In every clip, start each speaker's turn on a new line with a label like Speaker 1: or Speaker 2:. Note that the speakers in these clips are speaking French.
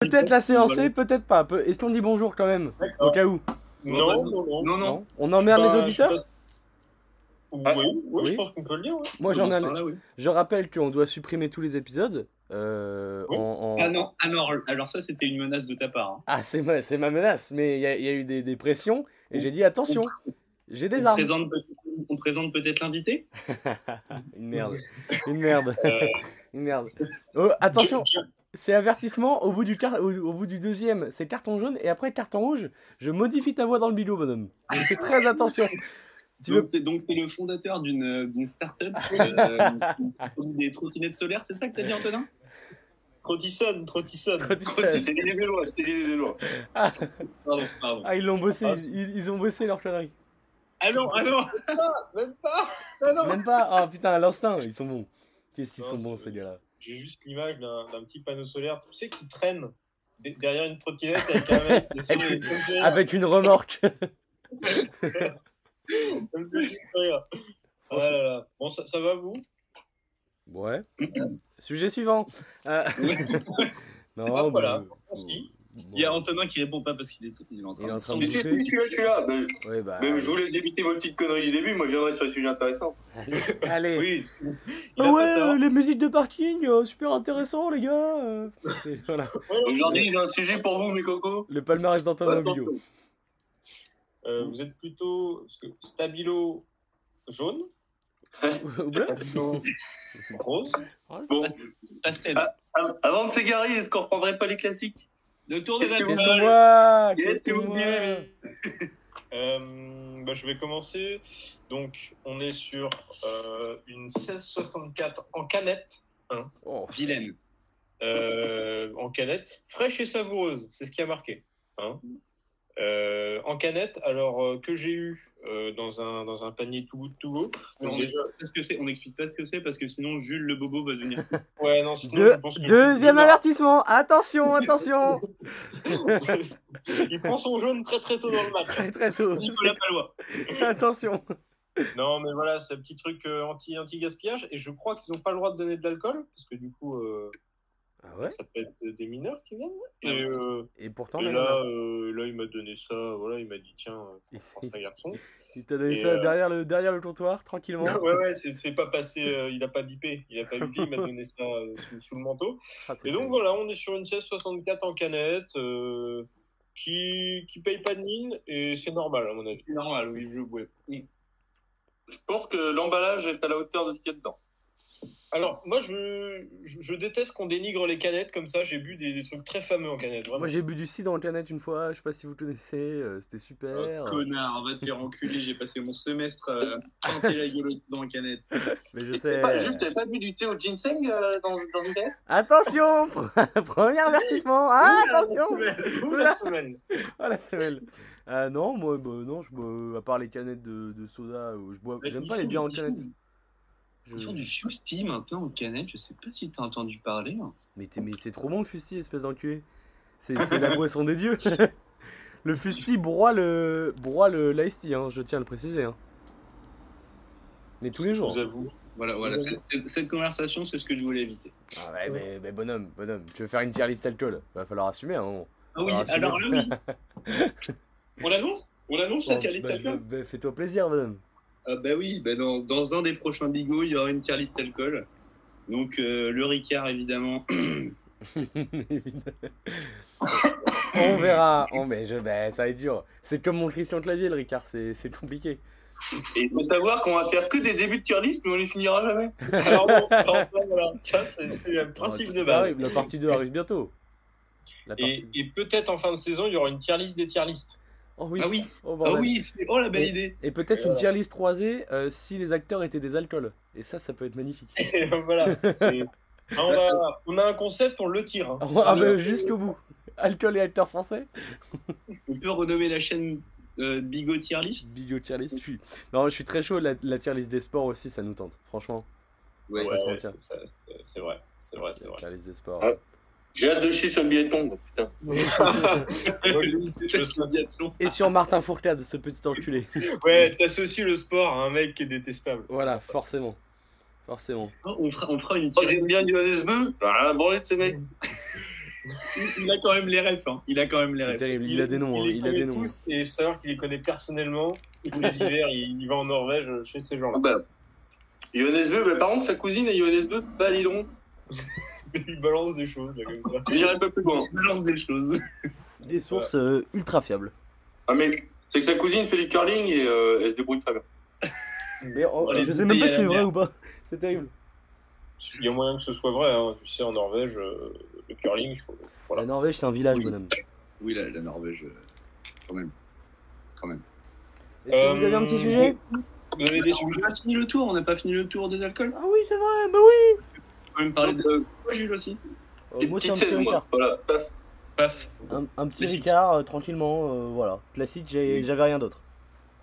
Speaker 1: Peut-être la séance est, peut-être pas. Peu- Est-ce qu'on dit bonjour quand même Au cas où
Speaker 2: Non,
Speaker 3: Bon, bah,
Speaker 2: non, non.
Speaker 3: Non, non.
Speaker 1: Non On emmerde
Speaker 2: Bah,
Speaker 1: les
Speaker 2: je
Speaker 1: auditeurs
Speaker 2: pense- Oui,
Speaker 3: Ah,
Speaker 2: oui,
Speaker 1: oui.
Speaker 2: je pense qu'on peut le dire. ouais.
Speaker 1: Moi j'en ai
Speaker 3: Commence par là, oui.
Speaker 1: Je rappelle qu'on doit supprimer tous les épisodes. euh,
Speaker 2: Oui.
Speaker 1: en- en-
Speaker 3: Ah non, alors, alors ça c'était une menace de ta part. hein.
Speaker 1: Ah, c'est ma, c'est ma menace, mais il y, a- il y a eu des, des pressions et j'ai dit attention, j'ai des
Speaker 3: on
Speaker 1: armes.
Speaker 3: présente, peut- on présente peut-être l'invité
Speaker 1: Une merde, une merde, une merde. Oh, attention,
Speaker 2: Je-
Speaker 1: c'est avertissement au bout, du car- au, au bout du deuxième, c'est carton jaune et après carton rouge, je modifie ta voix dans le bidou, bonhomme. Donc fais très attention. Tu veux-
Speaker 3: Donc c'est donc c'est le fondateur d'une euh, d'une start-up
Speaker 1: Ah.
Speaker 3: euh, qui produit des trottinettes solaires, c'est ça que t'as dit Antonin
Speaker 2: je- Trottisonne, Trottisonne.
Speaker 1: Trottisonne.
Speaker 4: C'était des Vélois, c'était des Vélois.
Speaker 1: Ah,
Speaker 3: Pardon, pardon.
Speaker 1: ah, ils l'ont bossé, ils, ils ont bossé leur connerie.
Speaker 3: Ah non, ah non
Speaker 2: Même pas Non, non.
Speaker 1: Même pas, ah putain, à l'instinct, ils sont bons. Qu'est-ce qu'ils
Speaker 2: Non,
Speaker 1: sont bons
Speaker 2: c'est-
Speaker 1: ces gars-là.
Speaker 2: J'ai juste l'image d'un d'un petit panneau solaire, tu sais, qui traîne de- derrière une trottinette avec un mec. Et ça me- ça me fait rire,
Speaker 1: Avec une remorque.
Speaker 2: ça me fait juste rire. Ah là là. Bon, ça, ça va vous
Speaker 1: Ouais. Sujet suivant. Euh,
Speaker 3: Ouais.
Speaker 1: Non,
Speaker 2: voilà.
Speaker 1: bah,
Speaker 2: Merci.
Speaker 1: bon.
Speaker 3: Il y a Antonin qui répond pas parce qu'il est, il est en
Speaker 1: Il est
Speaker 3: train
Speaker 1: en
Speaker 3: de
Speaker 1: train de
Speaker 4: Mais
Speaker 3: s'ennuyer.
Speaker 4: si, si, je suis là, je suis là. Ben,
Speaker 1: Ouais, bah,
Speaker 4: ben, je vous laisse débiter vos petites conneries du début, moi je viendrai sur les sujets intéressants.
Speaker 1: Allez.
Speaker 2: Oui.
Speaker 1: Ah ouais, euh, les musiques de parking, euh, super intéressant les gars. euh. C'est- voilà.
Speaker 4: Aujourd'hui, j'ai un sujet pour vous, mes cocos.
Speaker 1: Le palmarès d'Antonin
Speaker 4: Attends.
Speaker 1: Bigot.
Speaker 2: Euh, vous êtes plutôt parce que stabilo jaune,
Speaker 1: Ou bleu
Speaker 2: stabilo rose.
Speaker 4: Bon,
Speaker 3: Pastel.
Speaker 4: Ah. av- avant de s'égarer, est-ce qu'on reprendrait pas les classiques
Speaker 3: Le tour de
Speaker 4: Qu'est-ce
Speaker 3: la
Speaker 4: que
Speaker 1: Qu'est-ce
Speaker 4: vous-
Speaker 1: qu'on
Speaker 3: table.
Speaker 1: voit
Speaker 4: Qu'est-ce que vous
Speaker 1: qu'on
Speaker 4: voulez
Speaker 2: Euh, bah, je vais commencer. Donc, on est sur euh, une 1664 en canette.
Speaker 1: voit Oh,
Speaker 3: Vilaine.
Speaker 2: euh, en canette, fraîche et savoureuse, c'est ce qui a marqué. hein. Euh, en canette, alors euh, que j'ai eu euh, dans, un, dans un panier tout bout de tout haut.
Speaker 3: Alors,
Speaker 2: Donc,
Speaker 3: on
Speaker 2: déjà,
Speaker 3: Parce que c'est, on n'explique pas ce que c'est parce que sinon Jules le bobo va devenir.
Speaker 2: ouais, non, sinon,
Speaker 1: Deux-
Speaker 2: je pense que-
Speaker 1: Deuxième avertissement, attention, attention
Speaker 2: Il prend son jaune très très tôt dans le match.
Speaker 1: Très très tôt,
Speaker 3: Nicolas Palois.
Speaker 1: attention
Speaker 2: Non, mais voilà, c'est un petit truc euh, anti, anti-gaspillage. Et je crois qu'ils n'ont pas le droit de donner de l'alcool, parce que du coup, euh,
Speaker 1: Ah ouais
Speaker 2: ça peut être des mineurs qui viennent.
Speaker 3: Ah
Speaker 2: Et,
Speaker 3: oui, c'est-
Speaker 2: euh,
Speaker 1: Et pourtant,
Speaker 3: Oh
Speaker 1: là,
Speaker 2: et là, euh, là, il m'a donné ça. Voilà, il m'a dit tiens, euh,
Speaker 1: il-
Speaker 2: prends ça, garçon.
Speaker 1: il t'a donné
Speaker 2: et,
Speaker 1: ça
Speaker 2: euh,
Speaker 1: derrière, le, derrière le comptoir, tranquillement.
Speaker 2: ouais, ouais, c'est, c'est pas passé. euh, il a pas bipé. Il a pas bipé. Il m'a donné ça euh, sous, sous le manteau.
Speaker 1: Ah, c'est
Speaker 2: Et donc
Speaker 1: cool.
Speaker 2: voilà, on est sur une 1664 en canette. euh, qui, qui paye pas de mine et c'est normal à mon avis.
Speaker 3: C'est normal, oui, je ouais.
Speaker 4: Je pense que l'emballage est à la hauteur de ce qu'il y a dedans.
Speaker 2: Alors moi je, je, je déteste qu'on dénigre les canettes comme ça, j'ai bu des, des trucs très fameux en canette. Vraiment.
Speaker 1: Moi j'ai bu du cidre en canette une fois, je sais pas si vous connaissez, euh, c'était super.
Speaker 3: Oh, connard, va te faire enculer, j'ai passé mon semestre à planter la gueule dans la canette.
Speaker 1: mais je sais.
Speaker 2: bah,
Speaker 4: Pas, Jules, t'avais pas bu du thé au ginseng euh, dans, dans une canette
Speaker 1: Attention pre- Premier avertissement ah, Attention
Speaker 2: Ou la semaine.
Speaker 1: Ah la semelle Euh, Non, moi, bah, non, je bois, à part les canettes de, de soda, euh, je bois. J'aime pas les bières en canette. Je-
Speaker 3: Ils font du fusti maintenant en canette, je sais pas si t'as entendu parler. hein.
Speaker 1: Mais, t'es- mais c'est trop bon le fusti, espèce d'enculé. C'est c'est la boisson des dieux. le fusti broie le broie le l'iced tea, hein, je tiens à le préciser. hein. Mais tous les
Speaker 2: Je
Speaker 1: jours.
Speaker 2: vous avoue.
Speaker 3: Voilà, voilà,
Speaker 1: C'est
Speaker 3: cette, cette conversation, c'est ce que je voulais éviter.
Speaker 1: Ah ouais, mais, mais bonhomme, bonhomme, tu veux faire une tier list alcool Va falloir assumer. Hein.
Speaker 3: Ah oui,
Speaker 1: Ah, c'est
Speaker 3: alors là, oui. On l'annonce On l'annonce, la tier list
Speaker 1: Bah,
Speaker 3: alcool
Speaker 1: bah, bah, Fais-toi plaisir, bonhomme.
Speaker 3: Ah bah oui, bah dans, dans un des prochains bigots, il y aura une tier list alcool. Donc euh, le Ricard, évidemment.
Speaker 1: on verra. On, mais je, ben, ça va être dur. C'est comme mon Christian Clavier, le Ricard. C'est c'est compliqué.
Speaker 4: Et il faut savoir qu'on va faire que des débuts de tier list, mais on les finira jamais.
Speaker 2: Alors bon, alors ça, voilà, ça c'est Ah, c'est le principe
Speaker 1: Non,
Speaker 2: de
Speaker 1: ça- ça
Speaker 2: base.
Speaker 1: arrive, La partie 2 arrive bientôt. La
Speaker 2: Et,
Speaker 1: partie...
Speaker 2: et peut-être en fin de saison, il y aura une tier list des tier listes.
Speaker 1: Oh oui.
Speaker 3: Ah oui,
Speaker 1: oh
Speaker 3: ah
Speaker 1: bordel.
Speaker 3: oui, c'est- oh la belle
Speaker 1: Et-
Speaker 3: idée
Speaker 1: Et peut-être une tier list croisée euh, si les acteurs étaient des alcools. Et ça, ça peut être magnifique.
Speaker 3: Eh,
Speaker 2: Et voilà. c'est- Ah, on, a, on a un concept, on le tire. hein.
Speaker 1: Ah, ah, ben, jusqu'au bout. Alcool et acteurs français.
Speaker 3: On peut renommer la chaîne euh, Bigot tier list
Speaker 1: Bigot tier list. je suis- Non, je suis très chaud. La, la tier list des sports aussi, ça nous tente. Franchement,
Speaker 2: Ouais,
Speaker 1: on va se
Speaker 2: ouais,
Speaker 1: mentir.
Speaker 2: c'est ça, c'est- c'est vrai, c'est vrai, c'est
Speaker 1: la
Speaker 2: vrai.
Speaker 1: tier list des sports.
Speaker 4: Ah. J'ai hâte de chier sur le billet de tombe, putain.
Speaker 2: Je sais.
Speaker 1: Et sur Martin Fourcade, ce petit enculé.
Speaker 2: Ouais, t'associes le sport à un mec qui est détestable.
Speaker 1: voilà, forcément. Forcément.
Speaker 2: Ah,
Speaker 3: on, fera, on fera une
Speaker 4: Oh,
Speaker 3: tier
Speaker 4: Bah, j'aime bien Johannes Beu. Voilà, branlé de ces mecs.
Speaker 2: Il a quand même les refs. hein. Il a quand même les
Speaker 1: C'est
Speaker 2: refs.
Speaker 1: terrible, il a des noms, hein,
Speaker 5: les
Speaker 1: il a
Speaker 5: connaît
Speaker 1: des noms.
Speaker 5: tous, et il faut savoir qu'il les connaît personnellement. Et tous les hivers, il, il va en Norvège euh, chez ces gens-là.
Speaker 4: Bah, Yohannes Beu, bah, par contre, sa cousine est Yohannes Beu, Balilon.
Speaker 5: il balance des choses, là, comme ça.
Speaker 4: J'irai pas plus loin.
Speaker 2: Il lance des choses.
Speaker 1: Des sources euh, ultra fiables.
Speaker 4: Ah, mais c'est que sa cousine fait du curling et euh, elle se débrouille très bien.
Speaker 1: Mais oh,
Speaker 2: Allez,
Speaker 1: je sais même pas si c'est
Speaker 2: la
Speaker 1: vrai
Speaker 2: merde.
Speaker 1: ou pas. C'est terrible.
Speaker 5: Il y a moyen que ce soit vrai, hein. tu sais, en Norvège, euh, le curling, je
Speaker 1: La Norvège, c'est un village,
Speaker 2: Oui.
Speaker 1: bonhomme.
Speaker 2: Oui, la, la Norvège, euh, quand même. Quand même.
Speaker 1: Est-ce que vous avez un petit
Speaker 5: Euh,
Speaker 1: sujet
Speaker 5: Vous avez des
Speaker 2: On
Speaker 5: sujets
Speaker 2: n'a pas fini le tour, on n'a pas fini le tour des alcools.
Speaker 1: Ah oui, c'est vrai, bah oui
Speaker 2: On peut même parler de quoi, Jules aussi.
Speaker 1: Euh, Moi, c'est un petit Ricard.
Speaker 4: Voilà, paf.
Speaker 2: Paf.
Speaker 1: Un, un petit
Speaker 2: Classique.
Speaker 1: Ricard, euh, tranquillement, euh, voilà. Classique, j'ai-
Speaker 2: Oui.
Speaker 1: j'avais rien d'autre.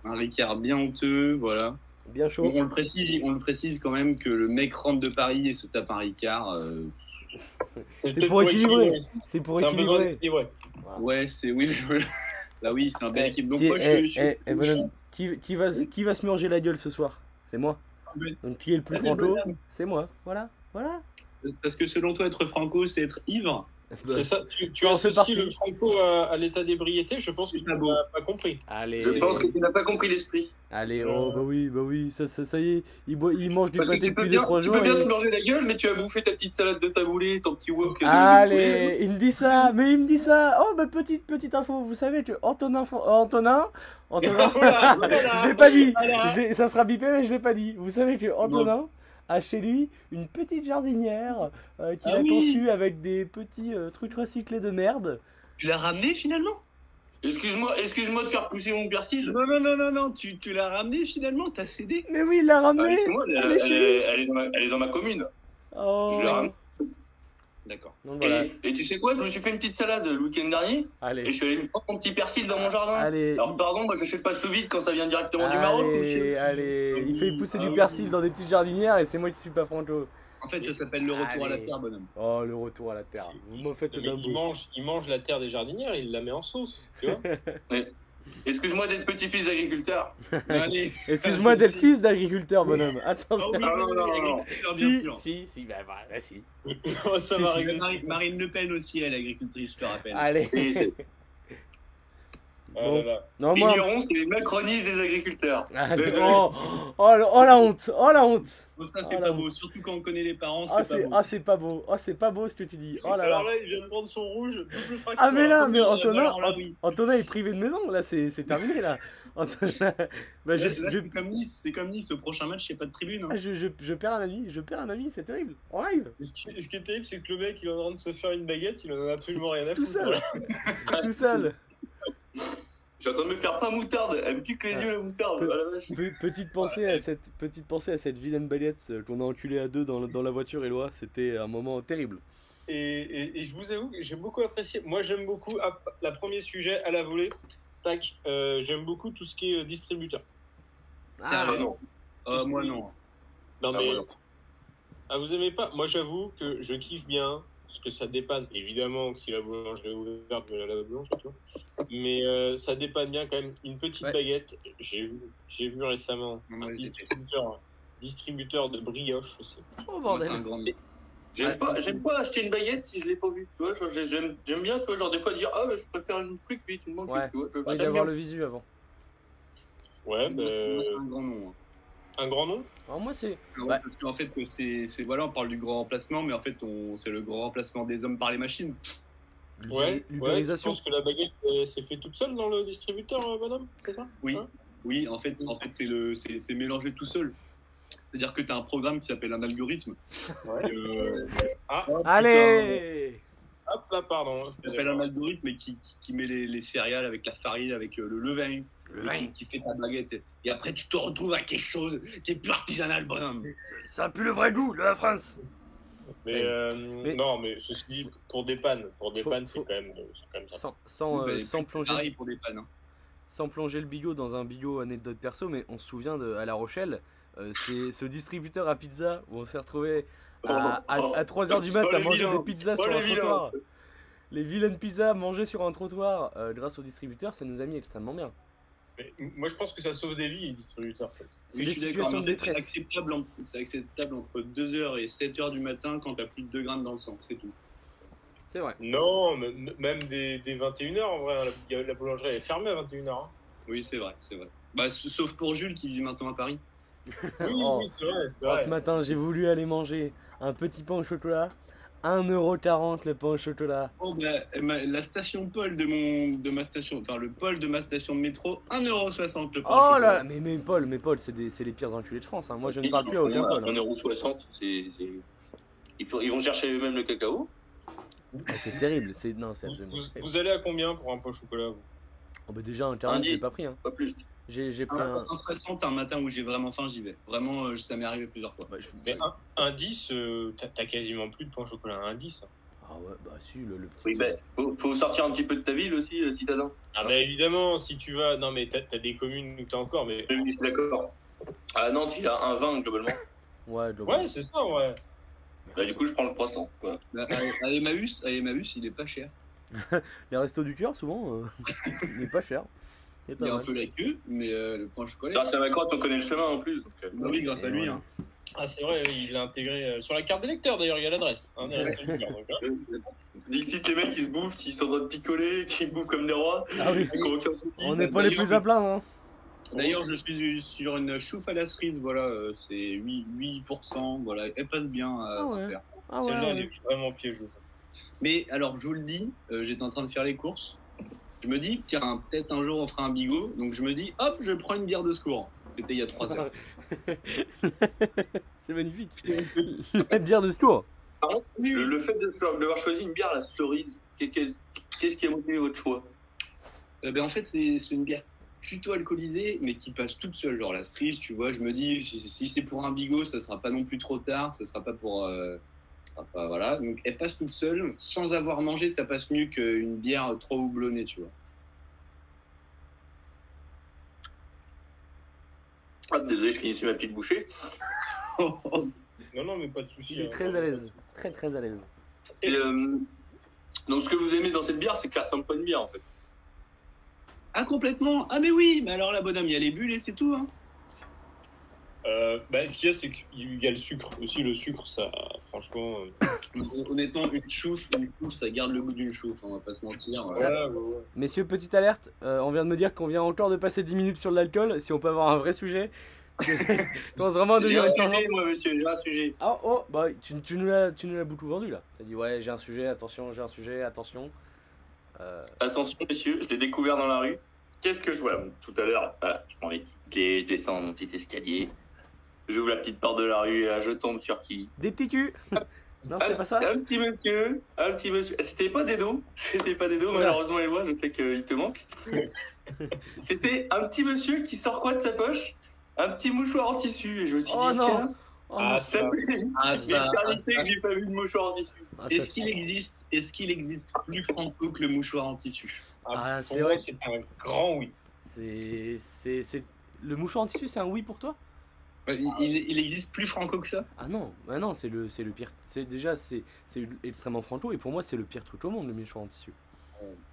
Speaker 2: Un Ricard bien honteux, voilà.
Speaker 1: Bien chaud.
Speaker 2: On, on le précise, on le précise quand même que le mec rentre de Paris et se tape un Ricard. euh,
Speaker 1: C'est
Speaker 5: peut-être
Speaker 1: pour équilibrer. C'est pour
Speaker 5: C'est un besoin
Speaker 1: équilibrer.
Speaker 5: d'équilibrer.
Speaker 2: ouais, c'est oui. Là, oui, c'est un bel
Speaker 1: Eh,
Speaker 2: équipe. Donc,
Speaker 1: qui-
Speaker 2: moi, je
Speaker 1: eh,
Speaker 2: suis- je suis.
Speaker 1: eh, eh,
Speaker 2: je suis-
Speaker 1: bonhomme, Qui, qui va, se- qui va se manger la gueule ce soir C'est moi.
Speaker 2: Oui.
Speaker 1: Donc qui est le plus
Speaker 2: Ah, ben, Vas-y,
Speaker 1: franco
Speaker 2: bonhomme.
Speaker 1: C'est moi. Voilà. Voilà.
Speaker 2: Parce que selon toi, être franco, c'est être ivre.
Speaker 5: C'est ça, tu, tu
Speaker 1: On fait
Speaker 5: associes
Speaker 1: partie.
Speaker 5: le franco à, à l'état d'ébriété, je pense que tu
Speaker 2: Ah bon.
Speaker 5: n'as pas compris.
Speaker 1: Allez.
Speaker 4: Je pense que tu n'as pas compris l'esprit.
Speaker 1: Allez, oh bah oui, bah oui, ça, ça, ça y est, il, boit, il mange du
Speaker 4: Parce que
Speaker 1: pâté
Speaker 4: Bah, tu peux
Speaker 1: depuis 2
Speaker 4: bien,
Speaker 1: 3
Speaker 4: tu
Speaker 1: jours.
Speaker 4: peux bien
Speaker 1: et-
Speaker 4: te manger la gueule, mais tu as bouffé ta petite salade de taboulé, ton petit wok. de- de poulet.
Speaker 1: Allez, il me dit ça, mais il me dit ça. Oh bah petite petite info, vous savez que Antonin, Fran- Antonin, Antonin,
Speaker 5: Voilà,
Speaker 4: Oh
Speaker 1: je l'ai pas dit.
Speaker 5: Ah.
Speaker 1: J'ai- Ça sera bipé, mais je l'ai pas dit. Vous savez que Antonin a chez lui une petite jardinière euh, qu'il
Speaker 2: Ah
Speaker 1: a
Speaker 2: oui.
Speaker 1: conçue avec des petits euh, trucs recyclés de merde.
Speaker 2: Tu l'as ramené finalement
Speaker 4: Excuse-moi, excuse-moi de faire pousser mon persil.
Speaker 2: Non, non, non, non, non. Tu, tu l'as ramené finalement. Oh, T'as cédé.
Speaker 1: Mais oui, il l'a
Speaker 4: Ah,
Speaker 1: ramené.
Speaker 4: excuse-moi, elle,
Speaker 1: elle est chez
Speaker 4: elle est- elle est dans ma, elle est dans ma commune.
Speaker 1: Oh.
Speaker 4: Je l'ai ramené.
Speaker 2: D'accord.
Speaker 1: Donc voilà.
Speaker 4: Et, et tu sais quoi, je me suis fait une petite salade le week-end dernier et je
Speaker 1: Allez,
Speaker 4: suis allé me prendre mon petit persil dans mon jardin.
Speaker 1: allez.
Speaker 4: Alors pardon, moi j'achète pas sous vide quand ça vient directement du Maroc.
Speaker 1: Allez,
Speaker 4: monsieur.
Speaker 1: allez, il fait pousser
Speaker 2: Ah
Speaker 1: du
Speaker 2: oui.
Speaker 1: persil dans des petites jardinières et c'est moi qui suis pas franco.
Speaker 2: En fait, ça s'appelle le retour à la
Speaker 1: Eh, Allez.
Speaker 2: terre, bonhomme.
Speaker 1: Oh, le retour à la terre. Vous me faites
Speaker 5: Mais
Speaker 1: d'un
Speaker 5: il,
Speaker 1: bout.
Speaker 5: mange, il mange la terre des jardinières, il la met en sauce. Tu vois
Speaker 4: Excuse-moi d'être petit-fils d'agriculteur.
Speaker 2: Allez.
Speaker 1: Excuse-moi d'être fils d'agriculteur, bonhomme.
Speaker 2: Ah
Speaker 1: Attention.
Speaker 4: Non, non, non, non.
Speaker 1: Si, si, si, bah, bah, bah, si.
Speaker 5: Comment Oh, ça
Speaker 1: Si,
Speaker 5: va
Speaker 1: si,
Speaker 5: régler ça
Speaker 2: Marine, Marine Le Pen aussi, elle est agricultrice, je te rappelle.
Speaker 1: Allez.
Speaker 4: Et c'est-
Speaker 5: Ah
Speaker 1: Bon.
Speaker 5: là là.
Speaker 1: Non, moi.
Speaker 4: Ignorons, c'est les macronistes des agriculteurs.
Speaker 1: Ah, non. Oh, le- oh, la honte. Oh, la honte.
Speaker 2: Bon, ça, c'est
Speaker 1: Oh là.
Speaker 2: pas beau, surtout quand on connaît les parents,
Speaker 1: Ah,
Speaker 2: Oh, c'est
Speaker 1: c'est
Speaker 2: pas beau.
Speaker 1: ah, c'est pas beau. Ah, c'est pas beau ce que tu dis. Oh là là.
Speaker 5: Alors là, il vient de prendre son rouge, double fracture.
Speaker 1: Ah, mais là, mais
Speaker 2: Ah,
Speaker 1: Antonin, oh.
Speaker 2: alors là, oui.
Speaker 1: Antonin est privé de maison. Là, c'est c'est terminé, là. Antonin. Bah, je,
Speaker 2: Là, là,
Speaker 1: je,
Speaker 2: c'est comme Nice, c'est comme Nice, au prochain match, il n'y a pas de tribune. hein.
Speaker 1: je, je, je perds un ami. Je perds un ami. C'est terrible. En live.
Speaker 5: Ce qui, ce qui est terrible, c'est que le mec, il est en train de se faire une baguette, il en a absolument rien à
Speaker 1: Tout
Speaker 5: foutre.
Speaker 1: seul.
Speaker 2: Ah,
Speaker 1: Tout seul.
Speaker 4: Je suis en train de me faire pas moutarde. Elle me pique les yeux la moutarde.
Speaker 1: Peu-
Speaker 4: Ah, la vache.
Speaker 1: Pe- petite pensée à cette petite pensée à cette vilaine baguette euh, qu'on a enculée à deux dans, le- dans la voiture Eloi, c'était un moment terrible.
Speaker 5: Et, et- et je vous avoue que j'ai beaucoup apprécié. Moi, j'aime beaucoup hop, la premier sujet à la volée. Tac, euh, j'aime beaucoup tout ce qui est euh, distributeur.
Speaker 4: Ah,
Speaker 2: Sérieux
Speaker 4: non.
Speaker 2: Ah, moi, non.
Speaker 5: Non,
Speaker 4: Ah,
Speaker 5: mais.
Speaker 4: voilà.
Speaker 5: Ah, vous aimez pas Moi, j'avoue que je kiffe bien, parce que ça dépanne. Évidemment que si la boulangerie est ouverte, je vais aller à la boulangerie, tu vois. Mais euh, ça dépanne bien quand même. Une petite
Speaker 2: Ouais.
Speaker 5: baguette, j'ai vu, j'ai vu récemment
Speaker 1: Ah,
Speaker 2: Non, moi,
Speaker 5: un
Speaker 2: je
Speaker 5: distributeur, distributeur de brioche aussi.
Speaker 1: Oh
Speaker 2: Moi, c'est un grand-
Speaker 4: J'aime
Speaker 2: Ah,
Speaker 4: pas,
Speaker 2: c'est-
Speaker 4: j'aime pas acheter une baguette si je l'ai pas vue. Tu vois, genre, j'ai- j'aime, j'aime bien, tu vois, genre des fois dire ah mais je préfère une plus cuite, une moins cuite,
Speaker 1: Ouais.
Speaker 4: tu vois. je-
Speaker 1: Ouais,
Speaker 4: j'aime
Speaker 1: d'avoir
Speaker 4: bien.
Speaker 1: le visu avant.
Speaker 5: Ouais, bah,
Speaker 2: Moi, c'est moi, c'est un grand nom. hein.
Speaker 5: un grand nom
Speaker 1: Alors moi c'est
Speaker 2: Alors,
Speaker 1: Ouais.
Speaker 2: Parce qu'en fait, c'est, c'est- voilà, on parle du grand remplacement, mais en fait, on, c'est le grand remplacement des hommes par les machines.
Speaker 5: Ouais, ouais. Je
Speaker 1: l'ubérisation.
Speaker 5: pense que la baguette euh, s'est fait toute seule dans le distributeur, euh, madame C'est ça
Speaker 2: Oui,
Speaker 5: Hein
Speaker 2: oui en fait, en fait c'est, le, c'est, c'est mélangé tout seul. C'est-à-dire que tu as un programme qui s'appelle un algorithme.
Speaker 5: Ouais.
Speaker 2: Euh,
Speaker 5: Ah,
Speaker 1: Allez
Speaker 5: hop là, pardon. hein,
Speaker 2: qui s'appelle un algorithme et qui, qui, qui met les, les céréales avec la farine, avec euh, le levain, et qui, qui fait ta baguette. Et après, tu te retrouves à quelque chose qui est plus artisanal, bonhomme.
Speaker 1: Ça pue le vrai goût de la France
Speaker 5: Mais, euh,
Speaker 1: Mais-
Speaker 5: non, mais ceci dit, pour des pannes, pour des
Speaker 1: Faut-
Speaker 5: pannes,
Speaker 1: faut-
Speaker 5: c'est quand même, c'est quand même ça.
Speaker 1: Sans, sans, euh,
Speaker 2: Bah,
Speaker 1: sans plonger,
Speaker 2: Pareil pour des pannes. hein.
Speaker 1: sans plonger le bigot dans un bigot anecdote perso, mais on se souvient de à La Rochelle, euh, c'est ce distributeur à pizza où on s'est retrouvé à, à,
Speaker 4: Oh,
Speaker 1: 3h du
Speaker 4: Oh,
Speaker 1: mat à
Speaker 4: les
Speaker 1: manger
Speaker 4: vilains.
Speaker 1: des pizzas
Speaker 4: Oh,
Speaker 1: sur
Speaker 4: les
Speaker 1: un
Speaker 4: vilains.
Speaker 1: trottoir. Les vilaines pizzas mangées sur un trottoir euh, grâce au distributeur, ça nous a mis extrêmement bien.
Speaker 5: Mais moi, je pense que ça sauve des vies, les distributeurs. en fait.
Speaker 1: C'est
Speaker 2: Oui,
Speaker 1: des
Speaker 2: je suis d'accord,
Speaker 1: situations
Speaker 2: mais
Speaker 1: de
Speaker 2: en fait,
Speaker 1: détresse.
Speaker 2: C'est acceptable, en- c'est acceptable entre 2h et 7h du matin quand t'as plus de 2 grammes dans le sang, c'est tout.
Speaker 1: C'est vrai.
Speaker 5: Non, m- même des, 21h en vrai. hein, La, la boulangerie elle est fermée à 21h.
Speaker 2: Oui, c'est vrai, c'est vrai. Bah, s- sauf pour Jules qui vit maintenant à Paris.
Speaker 5: Oui,
Speaker 1: Oh.
Speaker 5: oui, c'est vrai. c'est
Speaker 1: Alors,
Speaker 5: vrai.
Speaker 1: ce matin, j'ai voulu aller manger un petit pain au chocolat. 1,40€ le pain au chocolat.
Speaker 2: Oh, bah, ma- la station Paul de mon, de ma station, enfin le Paul de ma station de métro, 1,60€ le pain au
Speaker 1: Oh là là
Speaker 2: chocolat.
Speaker 1: Mais, mais Paul, mais Paul, c'est des- c'est les pires enculés de France. hein. Moi, je ne
Speaker 4: Ils
Speaker 1: parle
Speaker 4: sont
Speaker 1: plus à aucun
Speaker 4: combien
Speaker 1: Paul. hein.
Speaker 4: 1,60€, c'est. c'est- Ils, font- ils vont chercher eux-mêmes le cacao.
Speaker 1: Ah, C'est terrible. C'est non, c'est
Speaker 5: Vous,
Speaker 1: absolument.
Speaker 5: vous-
Speaker 1: terrible.
Speaker 5: vous allez à combien pour un pain au chocolat vous
Speaker 1: Oh, bah, déjà un 40, j'ai
Speaker 4: Indice.
Speaker 1: pas pris. hein.
Speaker 4: Pas plus.
Speaker 1: J'ai j'ai
Speaker 2: Ah,
Speaker 1: pris un.
Speaker 2: 1,60€ un matin où j'ai vraiment faim, j'y vais. Vraiment, euh, ça m'est arrivé plusieurs fois.
Speaker 1: Bah, je-
Speaker 5: Mais un, un 10, euh, t'as t'as quasiment plus de pain au chocolat à un 10. hein.
Speaker 1: Ah ouais, bah si, le, le petit.
Speaker 4: Oui, ben, faut, faut sortir un petit peu de ta ville aussi, euh, citadin.
Speaker 5: Ah bah évidemment, si tu vas. Non mais t'as t'as des communes où t'as encore, mais.
Speaker 4: Oui, oui, c'est d'accord. À Nantes, il a un 20 globalement.
Speaker 1: Ouais, globalement.
Speaker 5: Ouais, c'est ça, ouais.
Speaker 4: Bah, du coup, je prends le croissant. Voilà.
Speaker 2: Bah, à, à Emmaüs, à Emmaüs, il est pas cher.
Speaker 1: Les restos du cœur, souvent, euh, il est pas cher. Il est pas
Speaker 2: Il y a un
Speaker 1: mal.
Speaker 2: peu la queue, mais euh, le pain au chocolat.
Speaker 4: Grâce à ma crotte, on connaît le chemin en plus. donc, euh,
Speaker 2: Bah oui, grâce à
Speaker 1: Et
Speaker 2: lui.
Speaker 1: voilà.
Speaker 2: hein.
Speaker 5: Ah, c'est vrai, il l'a intégré. euh, sur la carte d'électeur d'ailleurs, il y a l'adresse. hein, des restos du cœur, donc, hein.
Speaker 4: euh, Dixit, les mecs, ils se bouffent, ils sont en train de picoler, qui bouffent comme des rois,
Speaker 1: Ah oui,
Speaker 4: qui ont aucun souci.
Speaker 1: on n'est pas les plus à plaindre. hein.
Speaker 2: D'ailleurs, je suis sur une chouffe à la cerise, voilà, euh, c'est 8%, 8%, voilà, elle passe bien euh, à
Speaker 1: Ah ouais.
Speaker 2: faire.
Speaker 1: Ah ouais,
Speaker 5: Celle-là,
Speaker 1: ouais.
Speaker 5: elle est vraiment piégeuse.
Speaker 2: Mais alors, je vous le dis, euh, j'étais en train de faire les courses. Je me dis, tiens, peut-être un jour on fera un bigot. Donc je me dis, hop, je prends une bière de secours. C'était il y a 3 heures.
Speaker 1: c'est magnifique. La bière de secours.
Speaker 4: Le, le fait de cho- d'avoir choisi une bière à la cerise, qu'est- qu'est- qu'est-ce qui a motivé votre choix
Speaker 2: Euh, ben, en fait, c'est c'est une bière plutôt alcoolisée, mais qui passe toute seule. Genre la cerise, tu vois, je me dis, si- si c'est pour un bigot, ça sera pas non plus trop tard, ça sera pas pour. euh, ça sera pas- voilà. Donc elle passe toute seule. Sans avoir mangé, ça passe mieux qu'une bière trop houblonnée, tu vois.
Speaker 4: ah, Désolé, je finissais ma petite bouchée.
Speaker 5: Non, non, mais pas de soucis.
Speaker 1: Il est
Speaker 5: hein.
Speaker 1: très à l'aise. Très très à l'aise.
Speaker 4: Et, euh, donc, ce que vous aimez dans cette bière, c'est que ça ressemble pas à une bière en fait.
Speaker 2: Ah, complètement Ah, mais oui Mais alors, la bonhomme, il y a les bulles et c'est tout, hein
Speaker 5: Euh, bah, ce qu'il y a, c'est qu'il y a le sucre aussi. Le sucre, ça, franchement. euh,
Speaker 2: Honnêtement, une chouffe, une chouffe, ça garde le goût d'une chouffe, on va pas se mentir.
Speaker 5: voilà, ouais, ouais.
Speaker 1: Messieurs, petite alerte, euh, on vient de me dire qu'on vient encore de passer 10 minutes sur l'alcool. Si on peut avoir un vrai sujet, je commence vraiment à
Speaker 4: J'ai
Speaker 1: devenir
Speaker 4: un
Speaker 1: étonnant.
Speaker 4: sujet, moi, monsieur, j'ai un sujet.
Speaker 1: Ah oh, bah tu, tu nous l'as tu nous l'as beaucoup vendu là. T'as dit ouais, j'ai un sujet, attention, j'ai un sujet, attention. Euh,
Speaker 4: Attention, messieurs, je l'ai découvert dans la rue. Qu'est-ce que je vois Tout à l'heure, voilà, je prends les clés, je descends mon petit escalier, j'ouvre la petite porte de la rue et là, je tombe sur qui
Speaker 1: des petits culs. non, c'était pas
Speaker 2: Ah,
Speaker 1: ça.
Speaker 4: Un petit monsieur, un petit monsieur. C'était pas des dos, c'était pas des dos, malheureusement, les voix, je sais qu'il te manque. c'était un petit monsieur qui sort quoi de sa poche Un petit mouchoir en tissu. Et je me suis
Speaker 1: Oh
Speaker 4: dit,
Speaker 1: non.
Speaker 4: tiens,
Speaker 1: Oh,
Speaker 5: Ah,
Speaker 1: non.
Speaker 4: ça
Speaker 5: ça.
Speaker 4: fait une
Speaker 2: Ah, ça-
Speaker 4: éternité que j'ai pas vu de mouchoir en tissu.
Speaker 1: Ah, ça,
Speaker 2: Est-ce
Speaker 1: c'est-
Speaker 2: qu'il existe, est-ce qu'il existe plus franco que le mouchoir en tissu
Speaker 1: Ah,
Speaker 5: pour
Speaker 1: c'est
Speaker 5: moi,
Speaker 1: vrai.
Speaker 5: C'est un grand oui.
Speaker 1: c'est c'est c'est le mouchoir en tissu, c'est un oui pour toi
Speaker 2: Ouais, il, il- il existe plus franco que ça
Speaker 1: Ah non, bah non, c'est le c'est le pire. C'est déjà c'est c'est extrêmement franco et pour moi c'est le pire truc au monde le mouchoir en tissu.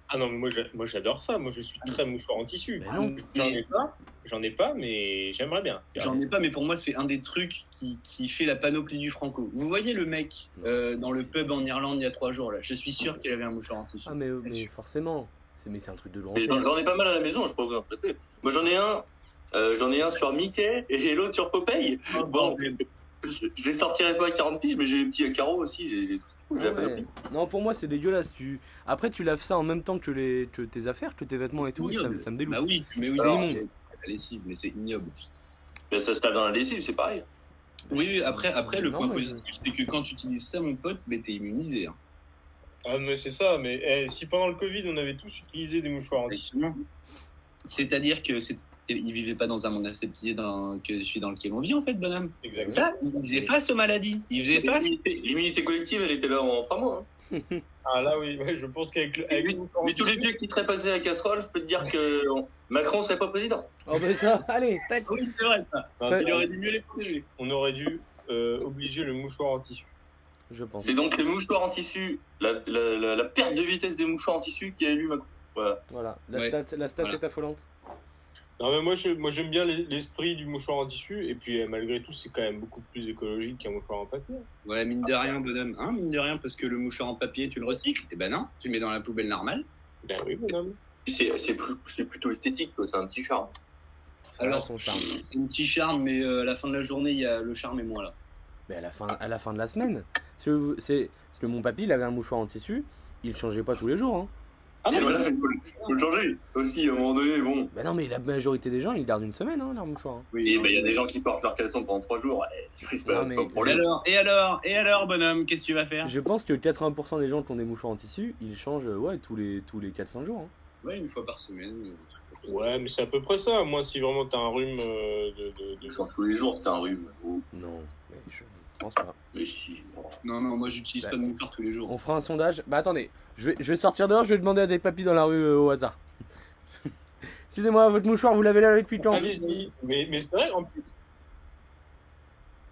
Speaker 5: Ah non, mais moi, j'a- moi j'adore ça. Moi, je suis très mouchoir en tissu.
Speaker 1: Mais non.
Speaker 5: J'en ai pas. J'en ai pas, mais j'aimerais bien.
Speaker 2: J'en ai pas, mais pour moi, c'est un des trucs qui, qui fait la panoplie du franco. Vous voyez le mec euh, dans le pub en Irlande il y a trois jours, là Je suis sûr qu'il avait un mouchoir en tissu.
Speaker 1: Ah mais,
Speaker 2: C'est
Speaker 1: mais
Speaker 2: sûr.
Speaker 1: forcément, c'est mais c'est un truc de grand
Speaker 4: Mais J'en
Speaker 1: père.
Speaker 4: j'en ai pas mal à la maison, je peux vous en prêter. Moi, j'en ai un. euh, j'en ai un sur Mickey et l'autre sur Popeye.
Speaker 2: Oh,
Speaker 4: Bon,
Speaker 2: bordel.
Speaker 4: je, je les sortirai pas à 40 piges, mais j'ai les petits à carreaux aussi. J'ai j'ai tout.
Speaker 1: Ah
Speaker 4: J'ai pas
Speaker 1: ouais. Non, pour moi c'est dégueulasse. Tu après tu laves ça en même temps que les que tes affaires, que tes vêtements et tout.
Speaker 2: Oui,
Speaker 1: ça,
Speaker 2: oui.
Speaker 1: ça me dégoûte.
Speaker 2: Bah oui, mais oui,
Speaker 1: C'est
Speaker 2: alors,
Speaker 1: immonde.
Speaker 2: c'est la lessive, mais c'est ignoble.
Speaker 4: Mais ça se tape dans la lessive, c'est pareil.
Speaker 2: Oui, oui, après, après le
Speaker 1: Non,
Speaker 2: point
Speaker 1: mais je-
Speaker 2: positif, c'est que quand tu utilises ça, mon pote, mais t'es immunisé. hein.
Speaker 5: Ah, mais c'est ça. Mais eh, si pendant le Covid, on avait tous utilisé des mouchoirs en tissu.
Speaker 2: Effectivement. C'est-à-dire que c'est il vivait pas dans un monde aseptisé dans, que celui dans lequel on vit en fait, bonhomme.
Speaker 5: Exactement.
Speaker 2: Ça, il faisait face aux maladies. Il faisait face.
Speaker 4: L'immunité l'immunité collective, elle était là en trois mois. hein.
Speaker 5: Ah là, oui. ouais, je pense qu'avec le, avec
Speaker 4: Mais,
Speaker 5: le mouchoir en
Speaker 4: mais tous les
Speaker 5: tissu.
Speaker 4: vieux qui seraient passés à la casserole, je peux te dire que Macron serait pas président.
Speaker 1: Oh bah ça, allez, tac.
Speaker 2: Oui, c'est vrai. Ça.
Speaker 5: Non,
Speaker 1: Ça-
Speaker 2: Il
Speaker 5: c'est vrai,
Speaker 2: aurait dû mieux les protéger.
Speaker 5: On aurait dû euh, obliger le mouchoir en tissu.
Speaker 1: Je pense.
Speaker 4: C'est donc les mouchoirs en tissu, la, la- la- la perte de vitesse des mouchoirs en tissu qui a élu Macron. Voilà.
Speaker 1: Voilà, la
Speaker 2: Ouais.
Speaker 1: stat, la stat
Speaker 2: Voilà.
Speaker 1: est affolante.
Speaker 5: Non, mais moi, je- moi, j'aime bien l'es- l'esprit du mouchoir en tissu. Et puis, euh, malgré tout, c'est quand même beaucoup plus écologique qu'un mouchoir en papier.
Speaker 2: Ouais, mine de rien, bonhomme. Hein, mine de rien, parce que le mouchoir en papier, tu le recycles Eh ben non, tu le mets dans la poubelle normale.
Speaker 5: Ben oui, bonhomme.
Speaker 4: C'est c'est plus- c'est plutôt esthétique, quoi, c'est un petit charme.
Speaker 1: Ça a
Speaker 2: Alors-
Speaker 1: son charme.
Speaker 2: C'est un petit charme, mais euh, à la fin de la journée, il y a le charme et moi là.
Speaker 1: Mais à la fin, à la fin de la semaine. Parce que, vous- c'est- parce que mon papy, il avait un mouchoir en tissu, il changeait pas tous les jours. Hein.
Speaker 2: Ah
Speaker 4: Et
Speaker 2: non,
Speaker 4: voilà, faut, le- faut le changer aussi, à un moment donné, bon.
Speaker 1: Bah non, mais la majorité des gens, ils gardent une semaine, hein, leur mouchoir. hein.
Speaker 4: Et
Speaker 2: ben,
Speaker 4: ben, il y a des gens qui portent leur caleçon pendant trois jours, eh, c'est pas,
Speaker 1: Non, mais-
Speaker 4: pas de
Speaker 2: Et
Speaker 4: problème.
Speaker 2: alors, et alors, et alors, bonhomme, qu'est-ce que tu vas faire
Speaker 1: Je pense que 80% des gens qui ont des mouchoirs en tissu, ils changent euh, ouais, tous les, tous les 4-5 jours. hein.
Speaker 2: Ouais, une fois par semaine.
Speaker 5: Ouais, mais c'est à peu près ça. Moi, si vraiment t'as un rhume euh, de. de,
Speaker 4: Je
Speaker 5: de-
Speaker 4: change tous les jours, c'est un rhume. Oh,
Speaker 1: Non, mais je pense pas.
Speaker 4: mais si, bon.
Speaker 2: Non, non, moi, j'utilise
Speaker 1: Bah.
Speaker 2: pas de mouchoir tous les jours.
Speaker 1: On fera un sondage. Bah attendez, je vais, je vais sortir dehors, je vais demander à des papis dans la rue euh, au hasard. Excusez-moi, votre mouchoir, vous l'avez là depuis quand
Speaker 5: Allez-y. Mais, mais c'est vrai, en plus.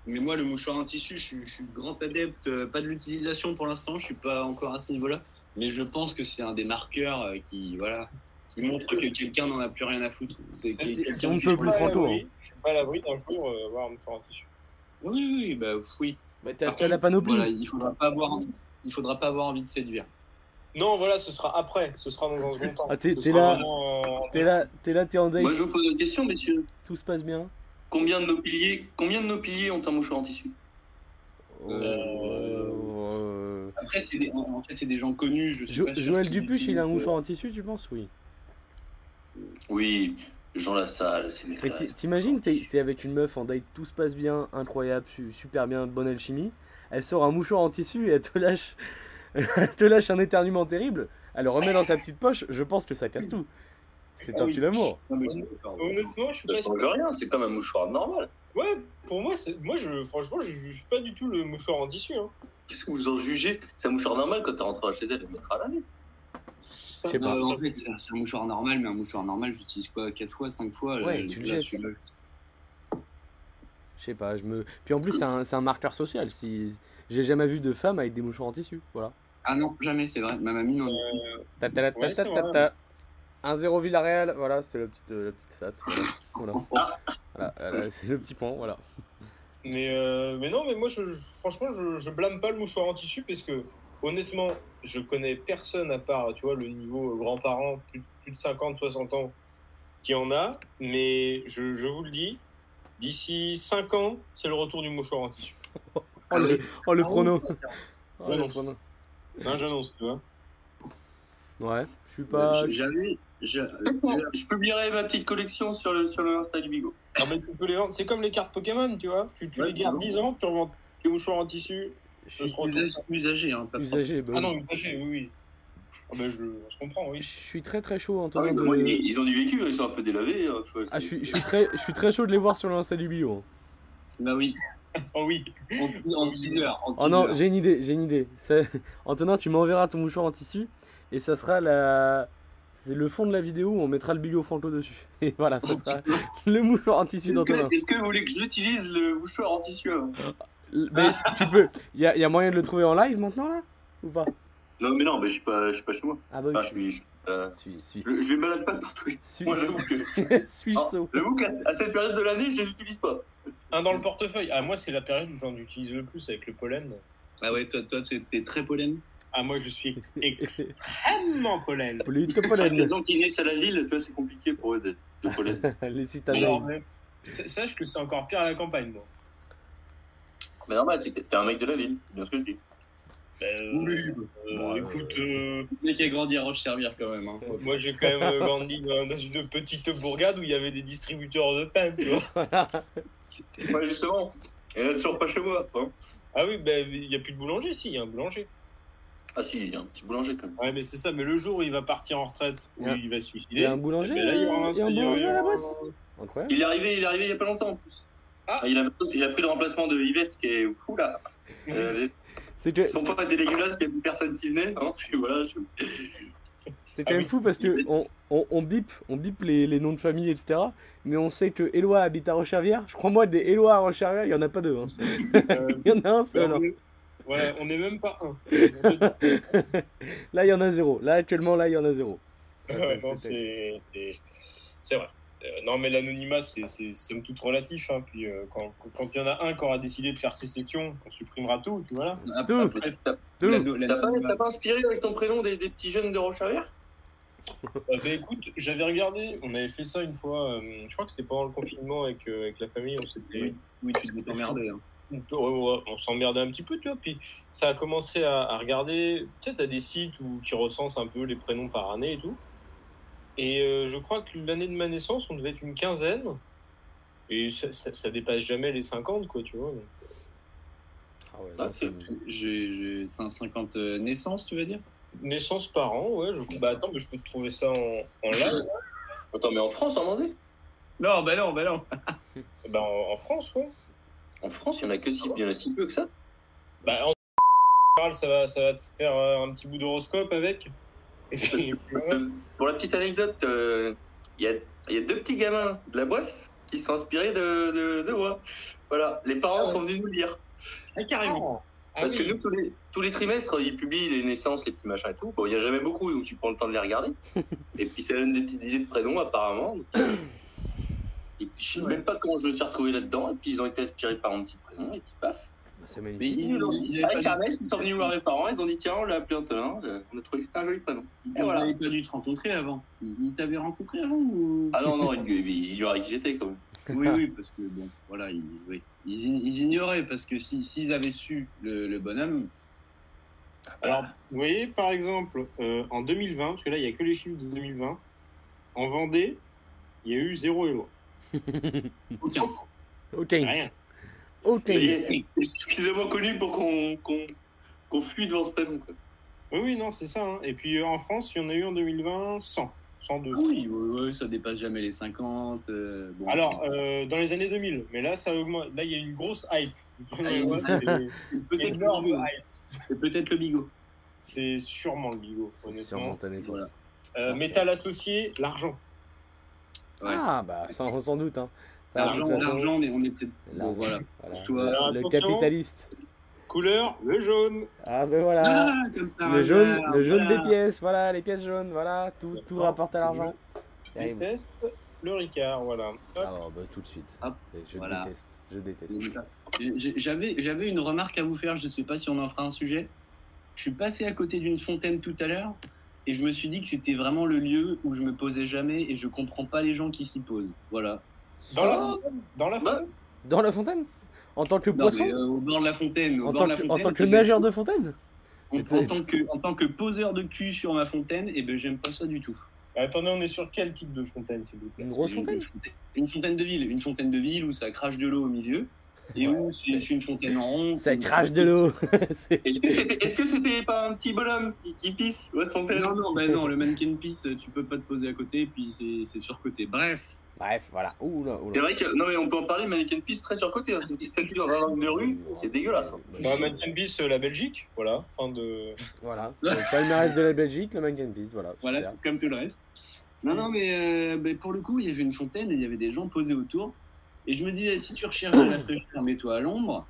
Speaker 2: Mais moi, le mouchoir en tissu, je, suis- je suis grand adepte, euh, pas de l'utilisation pour l'instant, je suis pas encore à ce niveau-là. Mais je pense que c'est un des marqueurs euh, qui, voilà, qui montre que quelqu'un n'en a plus rien à foutre. C'est
Speaker 5: Ça, c'est-
Speaker 2: quelqu'un
Speaker 1: si Ah, on ne
Speaker 2: qui-
Speaker 1: peut
Speaker 5: Je suis
Speaker 1: plus
Speaker 5: pas à
Speaker 1: franco,
Speaker 5: l'abri- Je suis pas à l'abri d'un jour euh, avoir un mouchoir en tissu.
Speaker 2: Oui, oui, bah oui.
Speaker 1: Bah t'as
Speaker 5: Par
Speaker 1: t'as la panoplie.
Speaker 2: Voilà, il faudra pas avoir, envie- il faudra pas avoir envie de séduire.
Speaker 5: Non, voilà, ce sera après. Ce sera dans un second temps.
Speaker 1: Ah, t'es-
Speaker 5: Ce
Speaker 1: t'es
Speaker 5: sera
Speaker 1: là.
Speaker 5: vraiment, euh,
Speaker 1: T'es là, t'es là, t'es en date,
Speaker 4: Moi, je vous pose la question, messieurs.
Speaker 1: tout se passe bien.
Speaker 4: Combien de nos piliers, combien de nos piliers ont un mouchoir en tissu
Speaker 1: Oh, euh,
Speaker 2: Après, c'est des, en en fait, c'est des gens connus. Je suis
Speaker 1: Jo-
Speaker 2: pas sûr
Speaker 1: Joël
Speaker 2: qu'ils
Speaker 1: Dupuche, il a un
Speaker 2: utilisent, euh,
Speaker 1: mouchoir en tissu, tu penses Oui.
Speaker 4: Oui, Jean Lassalle, Bah, c'est des
Speaker 1: Mais
Speaker 4: classes.
Speaker 1: t'i- t'imagines, t'es t'es avec une meuf en date, tout se passe bien, incroyable, su- super bien, bonne alchimie. Elle sort un mouchoir en tissu et elle te lâche, elle te lâche un éternuement terrible. Elle le remet dans sa petite poche. Je pense que ça casse tout. C'est
Speaker 5: Ah
Speaker 1: un
Speaker 5: oui.
Speaker 1: tue l'amour.
Speaker 2: Non, mais je suis d'accord.
Speaker 5: Honnêtement, je suis
Speaker 4: Ça
Speaker 5: pas
Speaker 4: change
Speaker 5: sûr.
Speaker 4: rien, c'est comme un mouchoir normal.
Speaker 5: Ouais, pour moi, c'est- moi je, franchement, je juge pas du tout le mouchoir en tissu. Hein.
Speaker 4: Qu'est-ce que vous en jugez C'est un mouchoir normal quand tu rentres chez elle, elle mettra à l'année.
Speaker 1: Je sais pas.
Speaker 2: Euh, en fait, c'est un- c'est un mouchoir normal, mais un mouchoir normal, j'utilise quoi 4 fois, 5 fois là,
Speaker 1: Ouais,
Speaker 2: je-
Speaker 1: tu le
Speaker 2: là,
Speaker 1: jettes.
Speaker 2: celui-là.
Speaker 1: Je sais pas. Je me. Puis en plus, c'est un, c'est un marqueur social. Si j'ai jamais vu de femme avec des mouchoirs en tissu. Voilà.
Speaker 2: Ah non, jamais, c'est vrai. Ma mamie, non.
Speaker 5: Euh,
Speaker 1: Ta ta la ta
Speaker 5: Ouais,
Speaker 1: ta
Speaker 5: c'est
Speaker 1: ta
Speaker 5: vrai,
Speaker 1: ta. 1-0 Villarreal. Voilà, c'était euh, la petite, la petite stat. Voilà. Voilà. Voilà, voilà, c'est le petit point. Voilà.
Speaker 5: Mais, euh, mais non, mais moi, je, je- franchement, je, je blâme pas le mouchoir en tissu parce que, honnêtement, je connais personne à part, tu vois, le niveau euh, grands-parents, plus, plus de 50, 60 ans, qui en a. Mais je, je vous le dis, d'ici 5 ans, c'est le retour du mouchoir en tissu.
Speaker 1: Oh le, oh, le
Speaker 2: Ah oui.
Speaker 1: prono. Oh,
Speaker 5: Ouais,
Speaker 1: le
Speaker 5: non.
Speaker 1: prono.
Speaker 5: Hein, J'annonce, tu vois.
Speaker 1: Ouais, je suis pas.
Speaker 2: Euh, J'avais. j'a- euh,
Speaker 4: Je publierai ma petite collection sur le, sur le Insta du Bigot.
Speaker 5: Ah, mais tu peux les vendre. C'est comme les cartes Pokémon, tu vois. Tu, tu
Speaker 2: Ouais,
Speaker 5: les gardes
Speaker 2: c'est
Speaker 5: 10 ans, tu revends tes mouchoirs en tissu.
Speaker 1: Je
Speaker 5: Je
Speaker 1: suis
Speaker 5: serai
Speaker 2: Usagé, usagé, hein, pas propre.
Speaker 1: usagé. bah
Speaker 5: Ah
Speaker 1: oui.
Speaker 5: non, usagé, oui, oui. Ah ben je, je comprends,
Speaker 1: Je
Speaker 5: oui.
Speaker 1: suis très très chaud en
Speaker 4: Ah
Speaker 1: tenant
Speaker 4: oui,
Speaker 1: de.
Speaker 4: bah, ils, ils ont du vécu, ils sont un peu délavés. hein, tu vois,
Speaker 1: Ah,
Speaker 4: c'est-
Speaker 1: je suis, je suis très, je suis très chaud de les voir sur le Insta du bio.
Speaker 2: Bah oui,
Speaker 5: Oh oui.
Speaker 2: en, en teaser. En
Speaker 1: Oh non,
Speaker 2: teaser.
Speaker 1: j'ai une idée, j'ai une idée. Ça- Antonin, tu m'enverras ton mouchoir en tissu et ça sera la. C'est le fond de la vidéo où on mettra le bilio franco dessus. Et voilà, ça sera le mouchoir en tissu
Speaker 4: Est-ce
Speaker 1: d'Antonin.
Speaker 4: que, est-ce que vous voulez que j'utilise le mouchoir en tissu hein avant
Speaker 1: Mais tu peux. Il y, a- y a moyen de le trouver en live maintenant là Ou pas
Speaker 4: Non, mais non, mais je suis pas, je suis pas chez moi.
Speaker 1: Ah bah
Speaker 4: Enfin, je
Speaker 1: oui.
Speaker 4: suis. je- euh,
Speaker 1: Suis, suis,
Speaker 4: je, je les balade pas partout.
Speaker 1: suis,
Speaker 4: Moi, j'avoue que.
Speaker 1: suis
Speaker 4: Ah,
Speaker 1: chaud.
Speaker 4: J'avoue qu'à à cette période de l'année, je les utilise pas.
Speaker 5: Un dans le portefeuille. Ah moi c'est la période où j'en utilise le plus avec le pollen.
Speaker 2: Ah ouais, toi, toi c'est- t'es très pollen.
Speaker 5: Ah moi je suis extrêmement pollen.
Speaker 1: Plutôt
Speaker 4: Les
Speaker 1: pollen.
Speaker 4: gens qui naissent à la ville, tu vois, c'est compliqué pour eux d'être de pollen.
Speaker 1: Les
Speaker 5: Alors,
Speaker 1: citadins.
Speaker 5: mais, sa- sache que c'est encore pire à la campagne moi.
Speaker 4: mais normal, c'est que t'es un mec de la ville, c'est bien ce que je dis.
Speaker 5: Ben, euh, euh,
Speaker 1: Bon, euh,
Speaker 5: écoute, euh,
Speaker 2: Le mec a grandi à Roche-Servir quand même. Hein.
Speaker 5: moi j'ai quand même euh, grandi dans, dans une petite bourgade où il y avait des distributeurs de pain, tu vois.
Speaker 4: Ouais, justement. Et là, toujours pas chez moi. hein.
Speaker 5: Ah oui, ben il n'y a plus de boulanger, si, il y a un boulanger.
Speaker 4: Ah si, il y a un petit boulanger quand même.
Speaker 5: Ouais mais c'est ça, mais le jour où il va partir en retraite, où
Speaker 1: Ouais.
Speaker 5: il va se
Speaker 1: Il y
Speaker 5: suicider.
Speaker 1: a un boulanger,
Speaker 5: ben là, il y aura un-
Speaker 1: euh, il y a un
Speaker 5: il y aura-
Speaker 1: boulanger à la
Speaker 5: il y aura un-
Speaker 1: bosse. Incroyable.
Speaker 4: Il est arrivé, il est arrivé il y a pas longtemps en plus.
Speaker 5: Ah.
Speaker 4: il, a, il a pris le remplacement de Yvette qui est fou là. Euh, les-
Speaker 1: C'est que
Speaker 4: son papa était dégueulasse, il y avait personne qui venait. hein. Je suis- voilà, je-
Speaker 1: c'est quand
Speaker 5: Ah
Speaker 1: même
Speaker 5: oui.
Speaker 1: fou parce que on, on, on bip, on bip les, les noms de famille, etc. Mais on sait que Éloi habite à Rochervière. Je crois moi des Éloi à Rochervière, il y en a pas deux. hein.
Speaker 5: Euh,
Speaker 1: Il y en a un seul. hein.
Speaker 5: on est- Voilà, on n'est même pas un.
Speaker 1: hein. Là il y en a zéro. Là actuellement là il y en a zéro.
Speaker 5: Ouais,
Speaker 1: Ouais,
Speaker 5: non,
Speaker 1: c'est-
Speaker 5: c'est c'est- c'est vrai. Euh, non, mais l'anonymat, c'est c'est- c'est somme toute relatif. hein. Puis euh, quand quand il y en a un qui aura décidé de faire sécession, on supprimera tout, tu vois. là.
Speaker 1: tout. Tout.
Speaker 4: T'as pas, t'as pas inspiré avec ton prénom des, des petits jeunes de Rochalière
Speaker 5: Euh, bah, écoute, j'avais regardé, on avait fait ça une fois, euh, je crois que c'était pendant le confinement avec, euh, avec la famille, on s'était.
Speaker 2: Oui. Oui, tu devais t'emmerder. hein.
Speaker 5: on peut- ouais, ouais, on s'emmerdait un petit peu, tu vois. Puis ça a commencé à, à regarder, peut-être à des sites où, qui recensent un peu les prénoms par année et tout. Et euh, je crois que l'année de ma naissance, on devait être une quinzaine. Et ça, ça- ça dépasse jamais les 50, quoi, tu vois. donc.
Speaker 1: Ah ouais,
Speaker 2: Ah,
Speaker 1: non, c'est-
Speaker 2: j'ai- j'ai 150 naissances, tu veux dire
Speaker 5: Naissance par an, ouais. Je... Bah attends, mais je peux te trouver ça en, en live. hein.
Speaker 4: Attends, mais en France, en Vendée
Speaker 2: Non, bah non, bah non.
Speaker 5: Bah en, en France, quoi.
Speaker 4: En France, il y en a que si, il y en a si peu que ça.
Speaker 5: Bah en général, ça va, ça va te faire euh, un petit bout d'horoscope avec. Et puis, ouais.
Speaker 4: Euh, Pour la petite anecdote, euh, il y, a, il y a deux petits gamins de la boisse qui sont inspirés de, de, de moi. Voilà, les parents sont venus nous le dire.
Speaker 2: Ah, carrément.
Speaker 5: Ah
Speaker 4: Parce
Speaker 5: oui.
Speaker 4: que nous, tous les, tous les trimestres, ils publient les naissances, les petits machins et tout. Bon, il n'y a jamais beaucoup, donc tu prends le temps de les regarder. et puis ça donne des petites idées de prénoms, apparemment. Donc, euh, Et puis je sais même pas comment je me suis retrouvé là-dedans. Et puis ils ont été inspirés par mon petit prénom, et puis paf.
Speaker 1: c'est
Speaker 2: Mais
Speaker 1: magnifique.
Speaker 2: ils, ils, ils avaient
Speaker 4: Avec
Speaker 2: pas,
Speaker 4: Ernest, ils sont venus voir mes parents, ils ont dit tiens, on l'a appelé Antonin, euh, on a trouvé que c'était un joli prénom.
Speaker 2: ils
Speaker 4: Et voilà.
Speaker 2: avaient pas dû te rencontrer avant. Ils, ils t'avaient rencontré avant ou...
Speaker 4: Ah non, non, il, il ignorait qui j'étais quand même.
Speaker 2: Oui, oui, parce que bon, voilà, ils, oui. ils, ign- ils ignoraient parce que si- s'ils avaient su le, le bonhomme,
Speaker 5: Alors, vous voyez, par exemple, euh, en 2020, parce que là, il n'y a que les chiffres de 2020, en Vendée, il y a eu zéro élo.
Speaker 2: aucun.
Speaker 1: Ok,
Speaker 5: Rien.
Speaker 1: ok.
Speaker 4: Il est suffisamment connu pour qu'on qu'on qu'on fuit devant ce prénom. quoi.
Speaker 5: Oui, oui, non, c'est ça. hein. Et puis, euh, en France, il y en a eu en 2020 100. 102.
Speaker 2: Ah Oui, oui, oui, ça dépasse jamais les 50. euh, bon.
Speaker 5: Alors, euh, dans les années 2000, mais là, ça augmente. Là, il y a eu une grosse hype.
Speaker 2: Ah, il y a eu une-
Speaker 5: C'est-
Speaker 2: c'est peut-être
Speaker 5: énorme
Speaker 2: le bigot.
Speaker 5: hype.
Speaker 2: C'est peut-être le bigot.
Speaker 5: C'est sûrement le bigot,
Speaker 1: C'est sûrement
Speaker 5: honnêtement.
Speaker 1: ta naissance.
Speaker 2: Voilà.
Speaker 5: Euh, métal associé, l'argent.
Speaker 2: Ouais.
Speaker 1: Ah bah sans, sans doute. Hein. Ça, de
Speaker 2: L'argent,
Speaker 1: toute façon,
Speaker 2: l'argent, on est, on est peut-être.
Speaker 1: l'argent,
Speaker 2: Bon, voilà.
Speaker 1: voilà.
Speaker 2: Toi, alors,
Speaker 1: Le
Speaker 5: attention.
Speaker 1: capitaliste.
Speaker 5: Couleur, le jaune.
Speaker 1: Ah ben voilà.
Speaker 2: Ah, comme par
Speaker 1: le jaune,
Speaker 2: hasard,
Speaker 1: le jaune
Speaker 2: voilà.
Speaker 1: des pièces, voilà, les pièces jaunes, voilà, tout, tout rapporte à l'argent.
Speaker 5: Je
Speaker 1: Terrible.
Speaker 5: déteste le Ricard, voilà. Hop.
Speaker 1: Ah bon, bah, tout de suite.
Speaker 2: Hop,
Speaker 1: je
Speaker 2: voilà.
Speaker 1: déteste, je déteste.
Speaker 2: J'ai- j'ai- J'avais, j'avais une remarque à vous faire, je ne sais pas si on en fera un sujet. Je suis passé à côté d'une fontaine tout à l'heure et je me suis dit que c'était vraiment le lieu où je me posais jamais et je comprends pas les gens qui s'y posent. Voilà.
Speaker 5: Dans la
Speaker 2: Ah.
Speaker 4: Oh
Speaker 5: fontaine, dans la
Speaker 4: Bah,
Speaker 5: fontaine.
Speaker 1: Dans la fontaine En tant que
Speaker 2: Non,
Speaker 1: poisson
Speaker 2: mais, euh, au bord de la fontaine.
Speaker 1: en,
Speaker 2: au bord
Speaker 1: tant
Speaker 2: de la
Speaker 1: que, en
Speaker 2: fontaine,
Speaker 1: tant que
Speaker 2: c'est-
Speaker 1: nageur de fontaine
Speaker 2: En,
Speaker 1: Mais
Speaker 2: en
Speaker 1: t'es-
Speaker 2: tant que, en tant que poseur de cul sur ma fontaine, et ben j'aime pas ça du tout.
Speaker 5: Attendez, on est sur quel type de fontaine, s'il vous plaît
Speaker 1: Une grosse
Speaker 2: Une-
Speaker 1: fontaine
Speaker 2: une, fontaine une fontaine de ville, une fontaine de ville où ça crache de l'eau au milieu et où c'est c'est une fontaine en rond.
Speaker 1: Ça
Speaker 2: une-
Speaker 1: crache de l'eau C'est-
Speaker 4: Est-ce que c'était est-ce que c'était pas un petit bonhomme qui, qui pisse votre fontaine
Speaker 2: Non, non, bah non, le mannequin piece, tu peux pas te poser à côté, puis c'est- c'est surcoté. Bref,
Speaker 1: Bref, voilà. Ouh là, ouh là.
Speaker 4: C'est vrai que non mais on peut en parler, mannequin pisse très surcoté. Hein. C'est une petite statue dans un angle de rue, c'est dégueulasse. hein.
Speaker 1: Bah,
Speaker 5: Bah,
Speaker 1: je-
Speaker 5: Madame Bis, euh, la Belgique, voilà. Fin de.
Speaker 1: Voilà. Le palmarès de la Belgique, le Mannequin Peace, voilà.
Speaker 2: voilà,
Speaker 1: super.
Speaker 2: tout comme tout le reste. Non, non, mais euh, bah, pour le coup, il y avait une fontaine et il y avait des gens posés autour. Et je me disais, si tu recherches de la fraîcheur, mets-toi à l'ombre.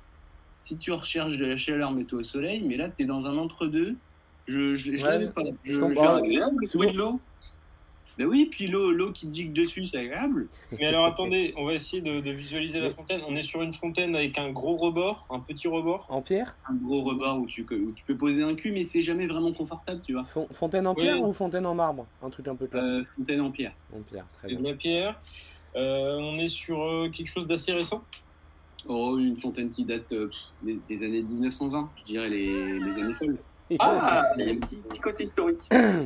Speaker 2: Si tu recherches de la chaleur, mets-toi au soleil. Mais là, t'es dans un entre-deux. Je, je, je
Speaker 1: Ouais,
Speaker 2: l'avais pas. Je,
Speaker 1: je comprends.
Speaker 4: C'est
Speaker 1: Ah,
Speaker 4: agréable le
Speaker 1: souvent-
Speaker 4: bruit de l'eau.
Speaker 2: je- Bah oui, puis l'eau l'eau qui gigue dessus, c'est agréable.
Speaker 5: Mais alors attendez, on va essayer de, de visualiser la fontaine. On est sur une fontaine avec un gros rebord, un petit rebord.
Speaker 1: En pierre
Speaker 2: Un gros rebord où tu, où tu peux poser un cul, mais c'est jamais vraiment confortable, tu vois.
Speaker 1: Fon- Fontaine en pierre
Speaker 5: Oui.
Speaker 1: ou fontaine en marbre Un truc un peu classe.
Speaker 2: Euh, fontaine en pierre.
Speaker 1: En pierre, très
Speaker 5: C'est
Speaker 1: bien.
Speaker 5: de la pierre. Euh, on est sur euh, quelque chose d'assez récent.
Speaker 2: Oh, une fontaine qui date euh, pff, des, des années 1920, je dirais les, les années folles.
Speaker 4: Ah, il y a un petit, petit côté historique.
Speaker 5: Euh,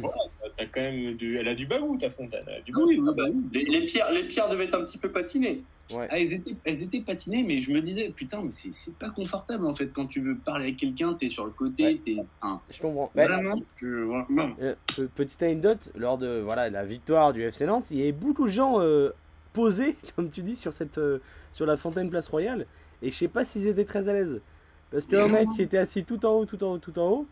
Speaker 5: T'as quand même du... Elle a du bagou ta fontaine. Elle a du
Speaker 2: Ah
Speaker 5: bagou.
Speaker 2: oui, oui, bah oui.
Speaker 4: Les, les pierres, les pierres devaient être un petit peu patinées.
Speaker 2: Ah, elles, étaient, elles étaient patinées, mais je me disais, putain, mais c'est c'est pas confortable en fait. Quand tu veux parler à quelqu'un, t'es sur le côté,
Speaker 1: Ouais.
Speaker 2: t'es. Hein,
Speaker 1: Je comprends. Bah,
Speaker 2: vraiment je- voilà, non.
Speaker 1: Euh, pe- petite anecdote, lors de voilà, la victoire du FC Nantes, il y avait beaucoup de gens euh, posés, comme tu dis, sur, cette, euh, sur la fontaine Place Royale. Et je sais pas s'ils étaient très à l'aise. Parce que un mec qui était assis tout en haut, tout en haut, tout en haut,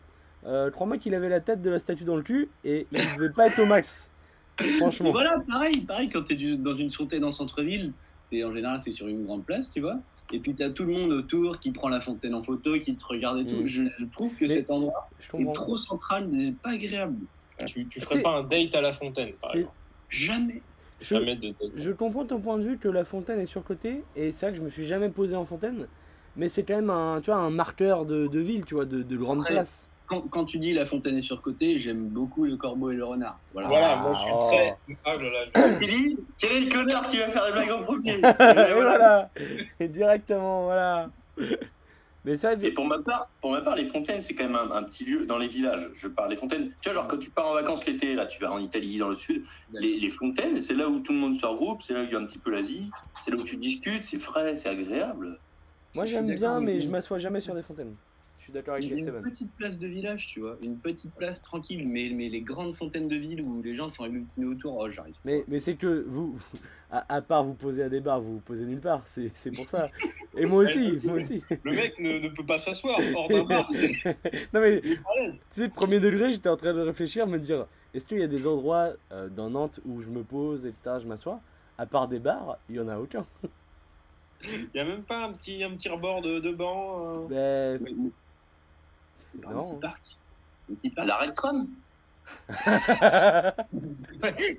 Speaker 1: euh, crois-moi qu'il avait la tête de la statue dans le cul et il devait pas être au max.
Speaker 2: Mais
Speaker 1: Franchement.
Speaker 2: voilà, pareil, pareil, quand t'es du- dans une fontaine en centre-ville, et en général, c'est sur une grande place, tu vois. Et puis t'as tout le monde autour qui prend la fontaine en photo, qui te regarde et tout.
Speaker 1: Mm.
Speaker 2: Je, je trouve que
Speaker 1: Mais-
Speaker 2: cet endroit
Speaker 1: Je
Speaker 2: est
Speaker 1: comprends.
Speaker 2: trop central, n'est pas agréable.
Speaker 5: Tu, tu
Speaker 1: C'est-
Speaker 5: ferais pas un date à la fontaine, par
Speaker 1: C'est-
Speaker 5: exemple.
Speaker 2: Jamais.
Speaker 1: Je-
Speaker 5: Jamais de tête.
Speaker 1: Je comprends ton point de vue que la fontaine est surcotée, et c'est vrai que je me suis jamais posé en fontaine, mais c'est quand même un, tu vois, un marqueur de, de ville, tu vois, de, de grande
Speaker 2: Après,
Speaker 1: place.
Speaker 2: Quand, quand tu dis la fontaine est surcotée, j'aime beaucoup le corbeau et le renard. Voilà.
Speaker 5: Voilà, moi je suis
Speaker 1: Oh.
Speaker 5: très coupable là. Je-
Speaker 4: Philly, quel est le connard qui va faire les blagues en premier
Speaker 1: et voilà Et directement, voilà Mais ça,
Speaker 4: Et pour ma part, pour ma part, les fontaines, c'est quand même un, un petit lieu dans les villages. Je parle les fontaines. Tu vois, genre quand tu pars en vacances l'été, là, tu vas en Italie, dans le sud, les, les fontaines, c'est là où tout le monde se regroupe, c'est là où il y a un petit peu la vie, c'est là où tu discutes, c'est frais, c'est agréable.
Speaker 1: moi
Speaker 2: je
Speaker 1: j'aime
Speaker 2: suis d'accord
Speaker 1: bien,
Speaker 2: avec
Speaker 1: mais
Speaker 2: lui.
Speaker 1: je m'assois jamais sur des fontaines. Je suis d'accord avec
Speaker 2: Il y a une
Speaker 1: Esteban.
Speaker 2: petite place de village, tu vois, une petite place tranquille, mais, mais les grandes fontaines de ville où les gens sont agglutinaient autour, oh, j'arrive.
Speaker 1: Mais, mais c'est que vous, à, à part vous poser à des bars, vous vous posez nulle part, c'est c'est pour ça. Et moi aussi, moi aussi.
Speaker 5: Le mec ne, ne peut pas s'asseoir hors d'un bar. c'est-
Speaker 1: Non mais
Speaker 5: il est pas à l'aise.
Speaker 1: Tu sais, premier degré, j'étais en train de réfléchir, me dire est-ce qu'il y a des endroits euh, dans Nantes où je me pose, etc., je m'assois À part des bars, il y en a aucun.
Speaker 5: Il n'y a même pas un petit, un petit rebord de, de banc. euh.
Speaker 1: Mais
Speaker 2: Mais- mais-
Speaker 1: Ben, Non.
Speaker 2: Un petit parc. Un petit
Speaker 4: À
Speaker 2: parc.
Speaker 4: l'arrêt de tram,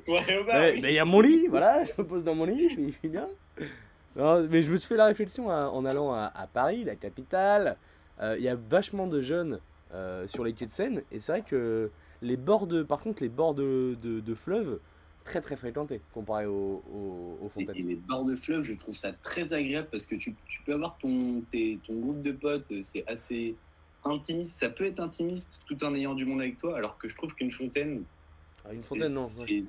Speaker 5: Pour aller au bar,
Speaker 1: mais- mais
Speaker 5: Bah oui.
Speaker 1: il y a mon lit, voilà, je me pose dans mon lit, puis je suis bien. Non, mais je me suis fait la réflexion à- en allant à, à Paris, la capitale. Euh, Il y a vachement de jeunes euh, sur les quais de Seine, et c'est vrai que les bords de, par contre, les bords de, de, de fleuves, très très fréquentés comparé aux, aux, aux
Speaker 2: Et, et
Speaker 1: fontaines.
Speaker 2: les bords de fleuve, je trouve ça très agréable parce que tu, tu peux avoir ton, tes- ton groupe de potes, euh, c'est assez intimiste, ça peut être intimiste tout en ayant du monde avec toi, alors que je trouve qu'une fontaine,
Speaker 1: Ah, une fontaine, non. ouais.
Speaker 2: c'est-
Speaker 1: Ouais,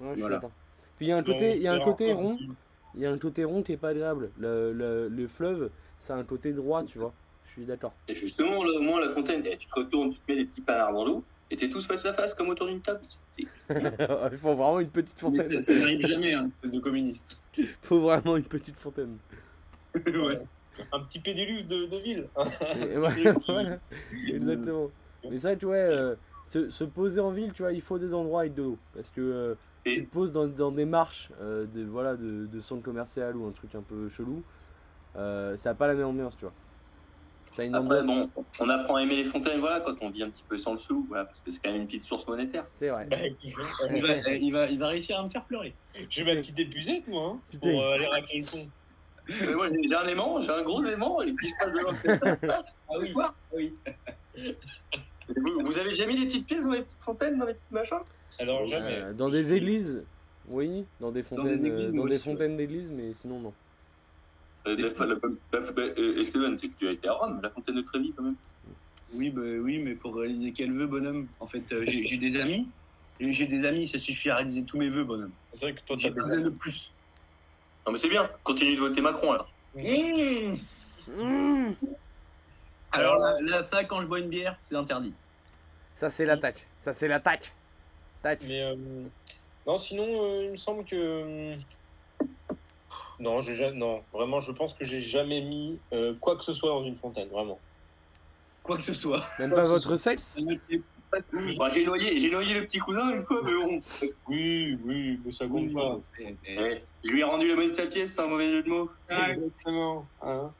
Speaker 1: je suis
Speaker 2: Voilà.
Speaker 1: d'accord. Puis il y a un côté, il y a un
Speaker 5: On
Speaker 1: côté
Speaker 5: espère
Speaker 1: rond.
Speaker 5: encore.
Speaker 1: Il y a un côté rond qui est pas agréable. Le, le, le fleuve, ça a un côté droit, tu vois. Je suis d'accord.
Speaker 4: et justement, là, au moins, la fontaine, eh, tu te retournes, tu te mets des petits panards dans l'eau, et t'es tous face à face, comme autour d'une table. C'est-
Speaker 1: Il faut vraiment une petite
Speaker 2: mais
Speaker 1: fontaine.
Speaker 2: ça, ça n'arrive jamais, hein, une espèce de communiste.
Speaker 1: Il faut vraiment une petite fontaine.
Speaker 2: Ouais.
Speaker 5: Un petit pédiluve de, de ville.
Speaker 1: Et voilà, voilà. Exactement. Mais ça, tu vois, euh, se, se poser en ville, tu vois, il faut des endroits avec de l'eau. Parce que euh,
Speaker 4: Et-
Speaker 1: tu te poses dans, dans des marches euh, de, voilà, de, de centre commercial ou un truc un peu chelou. euh, ça n'a pas la même ambiance, tu vois. Ça a une
Speaker 4: Après,
Speaker 1: ambiance.
Speaker 4: bon, on apprend à aimer les fontaines, voilà, quand on vit un petit peu sans le sou, voilà, parce que c'est quand même une petite source monétaire.
Speaker 1: C'est vrai.
Speaker 2: Il va, euh, il, va, il va réussir à me faire pleurer.
Speaker 5: J'ai ma petite épuisette, moi, hein,
Speaker 1: Putain.
Speaker 5: pour euh, aller racler le pont.
Speaker 4: Mais moi, j'ai j'ai un aimant, j'ai un gros aimant, et puis je passe devant comme ça.
Speaker 2: Ah oui,
Speaker 4: Bonsoir.
Speaker 2: ah oui.
Speaker 4: Vous, vous avez jamais mis des petites pièces dans les petites fontaines, dans les petits machins
Speaker 5: Alors, jamais.
Speaker 1: Euh, dans des églises, oui, dans des fontaines,
Speaker 2: des églises,
Speaker 1: euh,
Speaker 2: moi
Speaker 1: dans des
Speaker 2: aussi, ouais.
Speaker 1: fontaines d'églises, mais sinon non.
Speaker 4: Euh, la, fa- la, la, la, euh, Esteban, tu tu as été à Rome, la fontaine de Trévi quand même.
Speaker 2: Oui, bah, oui, mais pour réaliser quel vœu, bonhomme En fait, euh, j'ai j'ai des amis. J'ai j'ai des amis, ça suffit à réaliser tous mes vœux, bonhomme.
Speaker 5: C'est vrai que toi,
Speaker 1: Ah,
Speaker 2: J'ai
Speaker 5: t'as
Speaker 2: pas besoin de
Speaker 1: bah.
Speaker 2: plus.
Speaker 4: Non mais c'est bien, continue de voter Macron alors.
Speaker 2: Mmh.
Speaker 1: Mm.
Speaker 2: Alors là, là, ça, quand je bois une bière, c'est interdit.
Speaker 1: Ça c'est l'attaque, ça c'est l'attaque. Tac.
Speaker 5: Mais euh, non, sinon, euh, il me semble que euh, non, j'ai ja- non, vraiment, je pense que j'ai jamais mis euh, quoi que ce soit dans une fontaine, vraiment.
Speaker 2: Quoi que ce soit.
Speaker 1: Même pas votre sexe.
Speaker 4: Bon, Bah, j'ai noyé, j'ai noyé le petit cousin une fois, mais bon.
Speaker 5: Oui, oui, mais ça compte pas.
Speaker 2: Eh, eh,
Speaker 4: Eh, je lui ai rendu la monnaie de sa pièce, c'est un mauvais jeu de mots.
Speaker 5: Exactement. hein.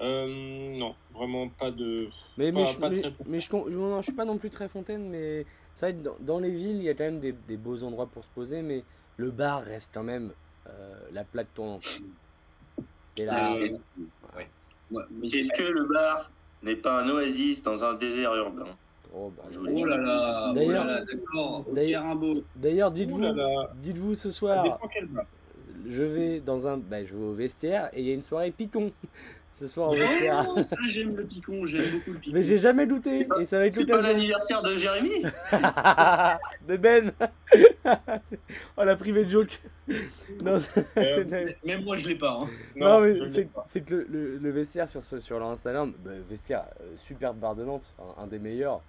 Speaker 5: Euh, non, vraiment pas de.
Speaker 1: Mais, mais,
Speaker 5: Pas-
Speaker 1: je,
Speaker 5: pas
Speaker 1: mais,
Speaker 5: très fontaine.
Speaker 1: mais je, con- je- non, je suis pas non plus très fontaine, mais ça va être dans, dans les villes, il y a quand même des, des beaux endroits pour se poser, mais le bar reste quand même euh, la plaque tournante. Et là,
Speaker 2: Ah,
Speaker 4: Est-ce
Speaker 2: ouais, mais-
Speaker 4: est-ce que le bar n'est pas un oasis dans un désert urbain
Speaker 5: Ah.
Speaker 1: oh, bah,
Speaker 4: Je vous
Speaker 2: Oh là là, oh
Speaker 1: D'ailleurs-
Speaker 2: là là, d'accord. Ok,
Speaker 1: d'ailleurs- Ah.
Speaker 2: Rimbaud.
Speaker 1: D'ailleurs,
Speaker 5: Ouh là
Speaker 1: dites-vous,
Speaker 5: là,
Speaker 1: dites-vous ce
Speaker 5: ça
Speaker 1: soir,
Speaker 5: dépend quel bar.
Speaker 1: je vais dans un, bah, je vais au vestiaire et il y a une soirée picon ce soir au vestiaire.
Speaker 2: Oh, ça, j'aime le picon, j'aime beaucoup le picon.
Speaker 1: Mais j'ai jamais douté et ça va être
Speaker 4: C'est pas
Speaker 1: l'occasion
Speaker 4: l'anniversaire de Jérémy
Speaker 1: de Ben. oh la privée joke. non, c'est-
Speaker 5: Euh,
Speaker 1: non,
Speaker 2: Même moi, je l'ai pas. hein.
Speaker 5: Non, je
Speaker 1: mais
Speaker 5: l'ai
Speaker 1: c'est-
Speaker 5: pas.
Speaker 1: c'est que le, le- le vestiaire sur ce- sur leur Instagram, bah, vestiaire euh, superbe bar de Nantes, un, un des meilleurs.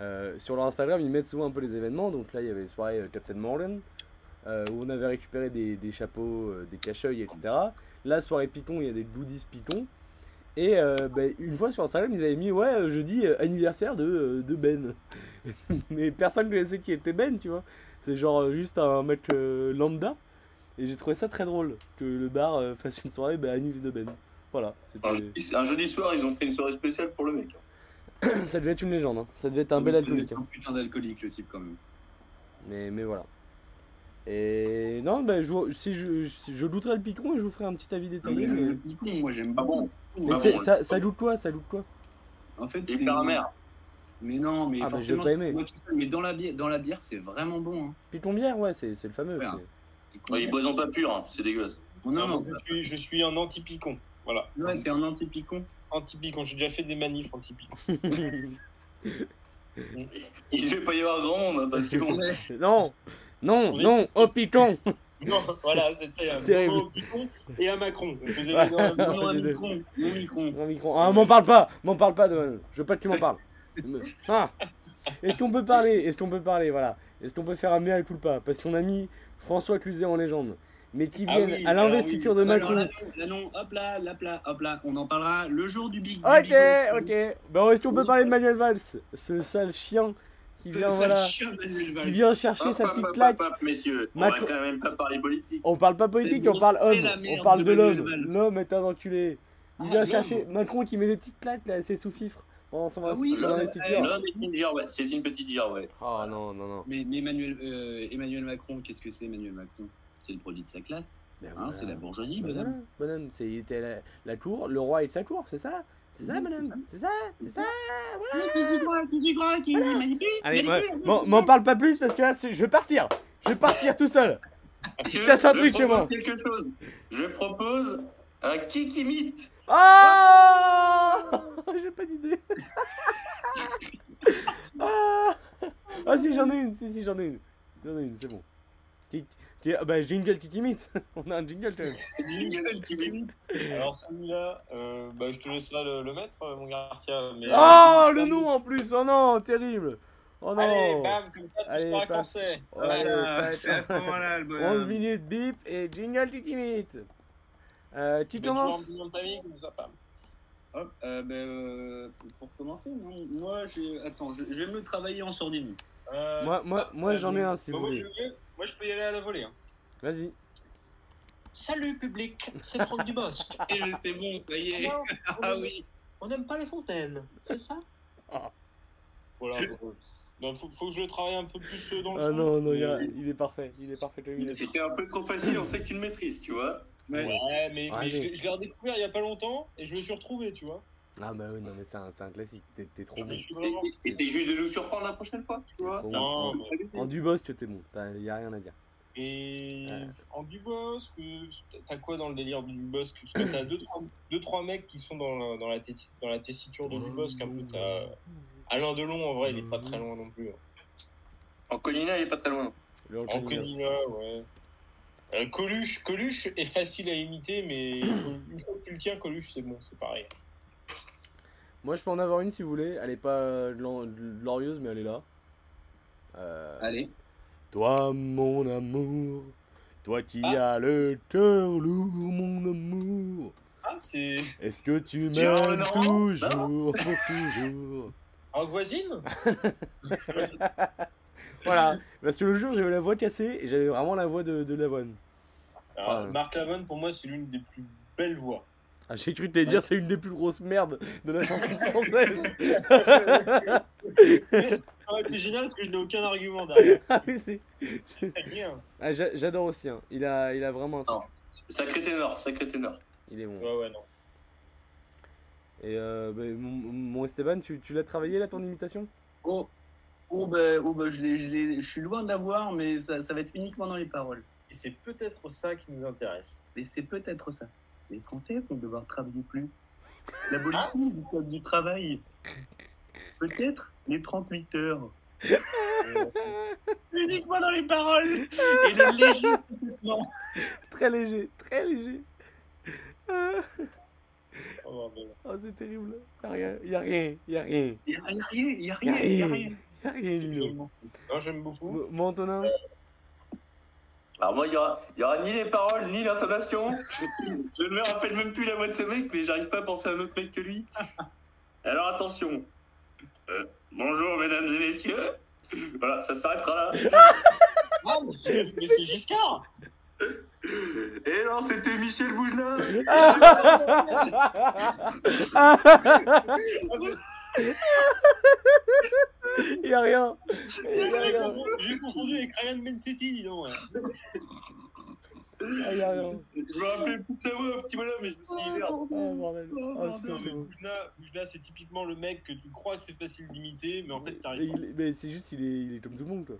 Speaker 1: Euh, sur leur Instagram, ils mettent souvent un peu les événements. Donc là, il y avait une soirée euh, Captain Morgan euh, où on avait récupéré des, des chapeaux, euh, des cache-œils, etc. Là, soirée Picon, il y a des goodies Picon. Et euh, bah, une fois sur Instagram, ils avaient mis ouais euh, jeudi euh, anniversaire de, euh, de Ben. Mais personne ne connaissait qui était Ben, tu vois. C'est genre euh, juste un mec euh, lambda. Et j'ai trouvé ça très drôle que le bar euh, fasse une soirée bah, anniv de Ben. Voilà,
Speaker 4: un,
Speaker 1: c'était-
Speaker 4: jeudi- un jeudi soir, ils ont fait une soirée spéciale pour le mec.
Speaker 1: ça devait être une
Speaker 4: Ah,
Speaker 1: légende, hein. ça devait être un bel
Speaker 2: C'est
Speaker 1: alcoolique. hein.
Speaker 2: Un putain d'alcoolique, le type, quand même.
Speaker 1: Mais, mais voilà. Et non, ben, je, si je, si je looterai le picon et je vous ferai un petit avis détaillé.
Speaker 2: Même
Speaker 1: Mais,
Speaker 2: le picon, moi j'aime
Speaker 4: Ah bon
Speaker 2: beaucoup.
Speaker 1: mais
Speaker 4: bah
Speaker 1: c'est-
Speaker 4: bon,
Speaker 1: ça, ça loot quoi Ça loot quoi
Speaker 2: En fait,
Speaker 4: Et
Speaker 2: c'est-
Speaker 4: par mère.
Speaker 2: Mais non, mais
Speaker 1: Ah, bah, j'ai
Speaker 2: forcément,
Speaker 1: pas
Speaker 2: c'est-
Speaker 1: aimé.
Speaker 2: moi, tout seul, mais dans la bière, dans la bière, c'est vraiment bon. Hein.
Speaker 1: Picon bière, ouais, c'est c'est le fameux.
Speaker 2: Ouais.
Speaker 1: c'est-
Speaker 4: Ouais, Ils boisent en pas pur, hein, c'est dégueulasse.
Speaker 2: Non, non,
Speaker 5: Moi, je, suis, je suis un anti-picon. Voilà.
Speaker 2: ouais, t'es un anti-picon.
Speaker 5: Anti-picon. J'ai déjà fait des manifs anti-picon.
Speaker 4: Il ne va pas y avoir grand monde hein, parce que bon,
Speaker 1: non, non,
Speaker 5: On est
Speaker 1: non,
Speaker 5: tous-
Speaker 1: oh picon
Speaker 5: Non, voilà, c'était un
Speaker 1: Terrible.
Speaker 5: gros picon et un Macron. Je faisais
Speaker 1: Ouais.
Speaker 5: les deux en même temps.
Speaker 2: Non, un
Speaker 1: désolé.
Speaker 2: micron. Non, micron.
Speaker 1: Mon micro. Ah, m'en parle pas, m'en parle pas de. Je veux pas que tu m'en parles. Me- Ah. Est-ce qu'on peut parler Est-ce qu'on peut parler Voilà. Est-ce qu'on peut faire un mea culpa Parce qu'on a mis François Cluzet en légende, mais qui
Speaker 5: Ah
Speaker 1: vienne
Speaker 5: oui,
Speaker 1: à
Speaker 5: alors
Speaker 1: l'investiture
Speaker 5: oui.
Speaker 1: de
Speaker 2: Alors
Speaker 1: Macron.
Speaker 2: là, non, là, non, hop là, là, là, hop là, on en parlera le jour du Big du
Speaker 1: Ok,
Speaker 2: Big Bang.
Speaker 1: ok. Bon, est-ce qu'on peut parler de Manuel Valls Ce sale chien qui
Speaker 2: Ce
Speaker 1: vient,
Speaker 2: sale
Speaker 1: voilà,
Speaker 2: chien, Manuel Valls.
Speaker 1: qui vient chercher
Speaker 4: hop,
Speaker 1: sa
Speaker 4: hop,
Speaker 1: petite
Speaker 4: hop,
Speaker 1: claque.
Speaker 4: hop, hop, messieurs, on
Speaker 1: Macron- Oh,
Speaker 4: va quand même pas parler politique.
Speaker 1: On parle pas politique,
Speaker 2: C'est
Speaker 1: on parle
Speaker 2: bon, c'est
Speaker 1: homme.
Speaker 2: la merde
Speaker 1: On parle
Speaker 2: de
Speaker 1: de l'homme.
Speaker 2: Manuel Valls.
Speaker 1: L'homme est un enculé. Il
Speaker 2: Ah,
Speaker 1: vient
Speaker 2: l'homme.
Speaker 1: chercher Macron qui met des petites claques là, à ses sous-fifres pendant son
Speaker 2: Ah oui,
Speaker 1: son
Speaker 2: ça, euh,
Speaker 1: investiture.
Speaker 4: Là, c'est une girouette, c'est une petite girouette.
Speaker 1: Oh non, non, non.
Speaker 2: Mais, mais Emmanuel, euh, Emmanuel Macron, qu'est-ce que c'est Emmanuel Macron C'est le produit de sa classe,
Speaker 1: Ben
Speaker 2: hein,
Speaker 1: voilà.
Speaker 2: c'est la bourgeoisie,
Speaker 1: Ben
Speaker 2: madame.
Speaker 1: voilà, Bonhomme, c'est il était la, la cour, le roi et sa cour, c'est ça C'est ça,
Speaker 2: Oui,
Speaker 1: madame C'est ça C'est ça Voilà
Speaker 2: Ah, Qui y croit, qui y croit, qui manipule
Speaker 1: Allez,
Speaker 2: manipule,
Speaker 1: m'en- m'en m'en parle pas plus parce que là, c'est- je vais partir Je vais partir tout seul Ah,
Speaker 4: Messieurs,
Speaker 1: casse un
Speaker 4: je
Speaker 1: truc chez
Speaker 4: propose
Speaker 1: moi.
Speaker 4: quelque chose. Je propose un kikimite.
Speaker 1: Ah J'ai pas d'idée ah, ah si, j'en ai une, si, si, j'en ai une J'en ai une, c'est bon. Qui, qui- ah, bah, jingle qui imite On a un jingle quand même
Speaker 5: Alors celui-là, euh, bah, je te laisserai le, le mettre, euh, mon Garcia. Mais, euh,
Speaker 1: Oh, le nom en plus Oh non, terrible Oh non Oh,
Speaker 5: Allez, bam, comme ça, tu
Speaker 1: Allez,
Speaker 5: sauras
Speaker 1: bam.
Speaker 5: quand c'est.
Speaker 1: Ouais.
Speaker 2: Voilà, c'est à ce moment-là, le
Speaker 1: 11
Speaker 2: bonhomme.
Speaker 1: minutes, bip, et jingle qui imite Euh, Tu
Speaker 5: Mets-toi en
Speaker 1: commences
Speaker 5: petit nom de famille, comme ça, bam.
Speaker 2: Hop, euh, ben, euh, pour commencer, non, moi, j'ai- attends, je, je vais me le travailler en sourdine.
Speaker 5: Euh,
Speaker 1: Moi, moi, moi
Speaker 5: bah,
Speaker 1: j'en ai un si
Speaker 5: bah,
Speaker 1: vous
Speaker 5: moi,
Speaker 1: voulez.
Speaker 5: je- Moi, je peux y aller à la volée. hein.
Speaker 1: Vas-y.
Speaker 5: Salut public, c'est Franck Dubosc.
Speaker 2: Et Eh, c'est bon, ça y est.
Speaker 5: Alors,
Speaker 2: Ah oui.
Speaker 5: on n'aime pas les fontaines, c'est ça
Speaker 1: Ah.
Speaker 5: Voilà. euh, bah, faut, faut que je le travaille un peu plus euh, dans le
Speaker 1: Ah
Speaker 5: fond.
Speaker 1: non, non, il, y a- il est parfait. Il est parfait comme il est.
Speaker 4: C'était un peu trop facile, on sait que tu le maîtrises, tu vois.
Speaker 2: Ouais.
Speaker 5: Ouais, mais, mais
Speaker 1: Allez.
Speaker 5: je, l'ai- je l'ai redécouvert il y a pas longtemps et je me suis retrouvé, tu vois.
Speaker 1: Ah bah oui, non, mais c'est un, c'est un classique. T'es t'es trop
Speaker 5: Je me
Speaker 1: bon.
Speaker 5: suis
Speaker 4: Et,
Speaker 5: vraiment-
Speaker 4: et- et c'est juste de nous surprendre la prochaine fois, tu vois.
Speaker 1: Trop bon.
Speaker 5: Non, mais-
Speaker 1: En du boss, tu t'es bon. T'as- Y a rien à dire.
Speaker 5: Et
Speaker 1: Ouais.
Speaker 5: en Dubosc, euh, t'as quoi dans le délire du Dubosc Parce que t'as deux trois, deux, trois mecs qui sont dans la, dans la, tét- dans la tessiture de Dubosc. Un peu, t'as Alain Delon, en vrai, il est pas très loin non plus. hein.
Speaker 4: En Colina, il est pas très loin.
Speaker 1: Le recul, il
Speaker 5: Anconina, ouais. Euh, Coluche, Coluche est facile à imiter, mais il faut- une fois que tu le tiens, Coluche, c'est bon, c'est pareil.
Speaker 1: est- Moi, je peux en avoir une si vous voulez. Elle est pas euh, glan- glorieuse, mais elle est là. Euh,
Speaker 2: Allez.
Speaker 1: Toi, mon amour. Toi qui as le cœur lourd, mon amour.
Speaker 5: Ah, c'est.
Speaker 1: Est-ce que tu
Speaker 4: Tu as un
Speaker 1: m'aimes
Speaker 4: an
Speaker 1: toujours, pour toujours
Speaker 5: En voisine
Speaker 1: Voilà, parce que le jour j'avais la voix cassée et j'avais vraiment la voix de, de l'avoine.
Speaker 5: Alors,
Speaker 1: ouais.
Speaker 5: Ah, Marc Lavonne, pour moi, c'est l'une des plus belles voix.
Speaker 1: Ah, j'ai cru te dire c'est une des plus grosses merdes de la chanson française.
Speaker 5: Mais ça aurait été génial parce que je n'ai aucun argument derrière.
Speaker 1: ah, oui, c'est-
Speaker 5: Rien.
Speaker 1: Ah, j'a- j'adore aussi, hein. il, a, il a vraiment un truc.
Speaker 4: Sacré ténor, sacré ténor.
Speaker 1: Il est bon.
Speaker 5: Ouais, ouais, non.
Speaker 1: Et euh, bah, mon, mon Esteban, tu, tu l'as travaillé là ton imitation
Speaker 2: Oh, oh, ben, oh ben, je, l'ai- je l'ai- je suis loin de l'avoir, mais ça, ça va être uniquement dans les paroles.
Speaker 5: Et c'est peut-être ça qui nous intéresse.
Speaker 2: Mais c'est peut-être ça. Les Français vont devoir travailler plus. L'abolition du code du travail. Peut-être les 38 heures. Uniquement dans les paroles et le léger traitement.
Speaker 1: Très léger, très léger. Ah,
Speaker 5: Oh, bordel.
Speaker 1: oh, c'est terrible. Y'a rien, y'a rien, y'a rien.
Speaker 2: Il n'y a rien, il n'y a
Speaker 1: Y'a
Speaker 2: rien, il n'y a
Speaker 1: rien,
Speaker 2: rien.
Speaker 1: y'a rien, Lino.
Speaker 5: Non, j'aime beaucoup.
Speaker 1: Mon- Mon Antonin
Speaker 4: Alors moi, il y aura, il y aura ni les paroles, ni l'intonation. je ne me rappelle même plus la voix de ce mec, mais j'arrive pas à penser à un autre mec que lui. Alors attention. Euh, bonjour mesdames et messieurs. Voilà, ça s'arrêtera là.
Speaker 5: Ah, mais c'est mais c'est Giscard
Speaker 4: Et Eh non, c'était Michel Bougelin.
Speaker 1: Ah Il y a rien. Il y a
Speaker 5: J'ai
Speaker 1: rien.
Speaker 5: confondu- J'ai confondu avec Ryan Man City, dis donc. hein.
Speaker 1: Il y a rien.
Speaker 4: Je me rappelle plus de sa voix, petit bonhomme, mais je me suis dit, merde.
Speaker 1: Oh bordel. Oh putain, c'est beau.
Speaker 5: Boujna, Boujna, c'est typiquement le mec que tu crois que c'est facile d'imiter, mais en fait,
Speaker 1: Mais
Speaker 5: t'arrives pas.
Speaker 1: il est- mais c'est juste, il est, il est comme tout le monde, quoi.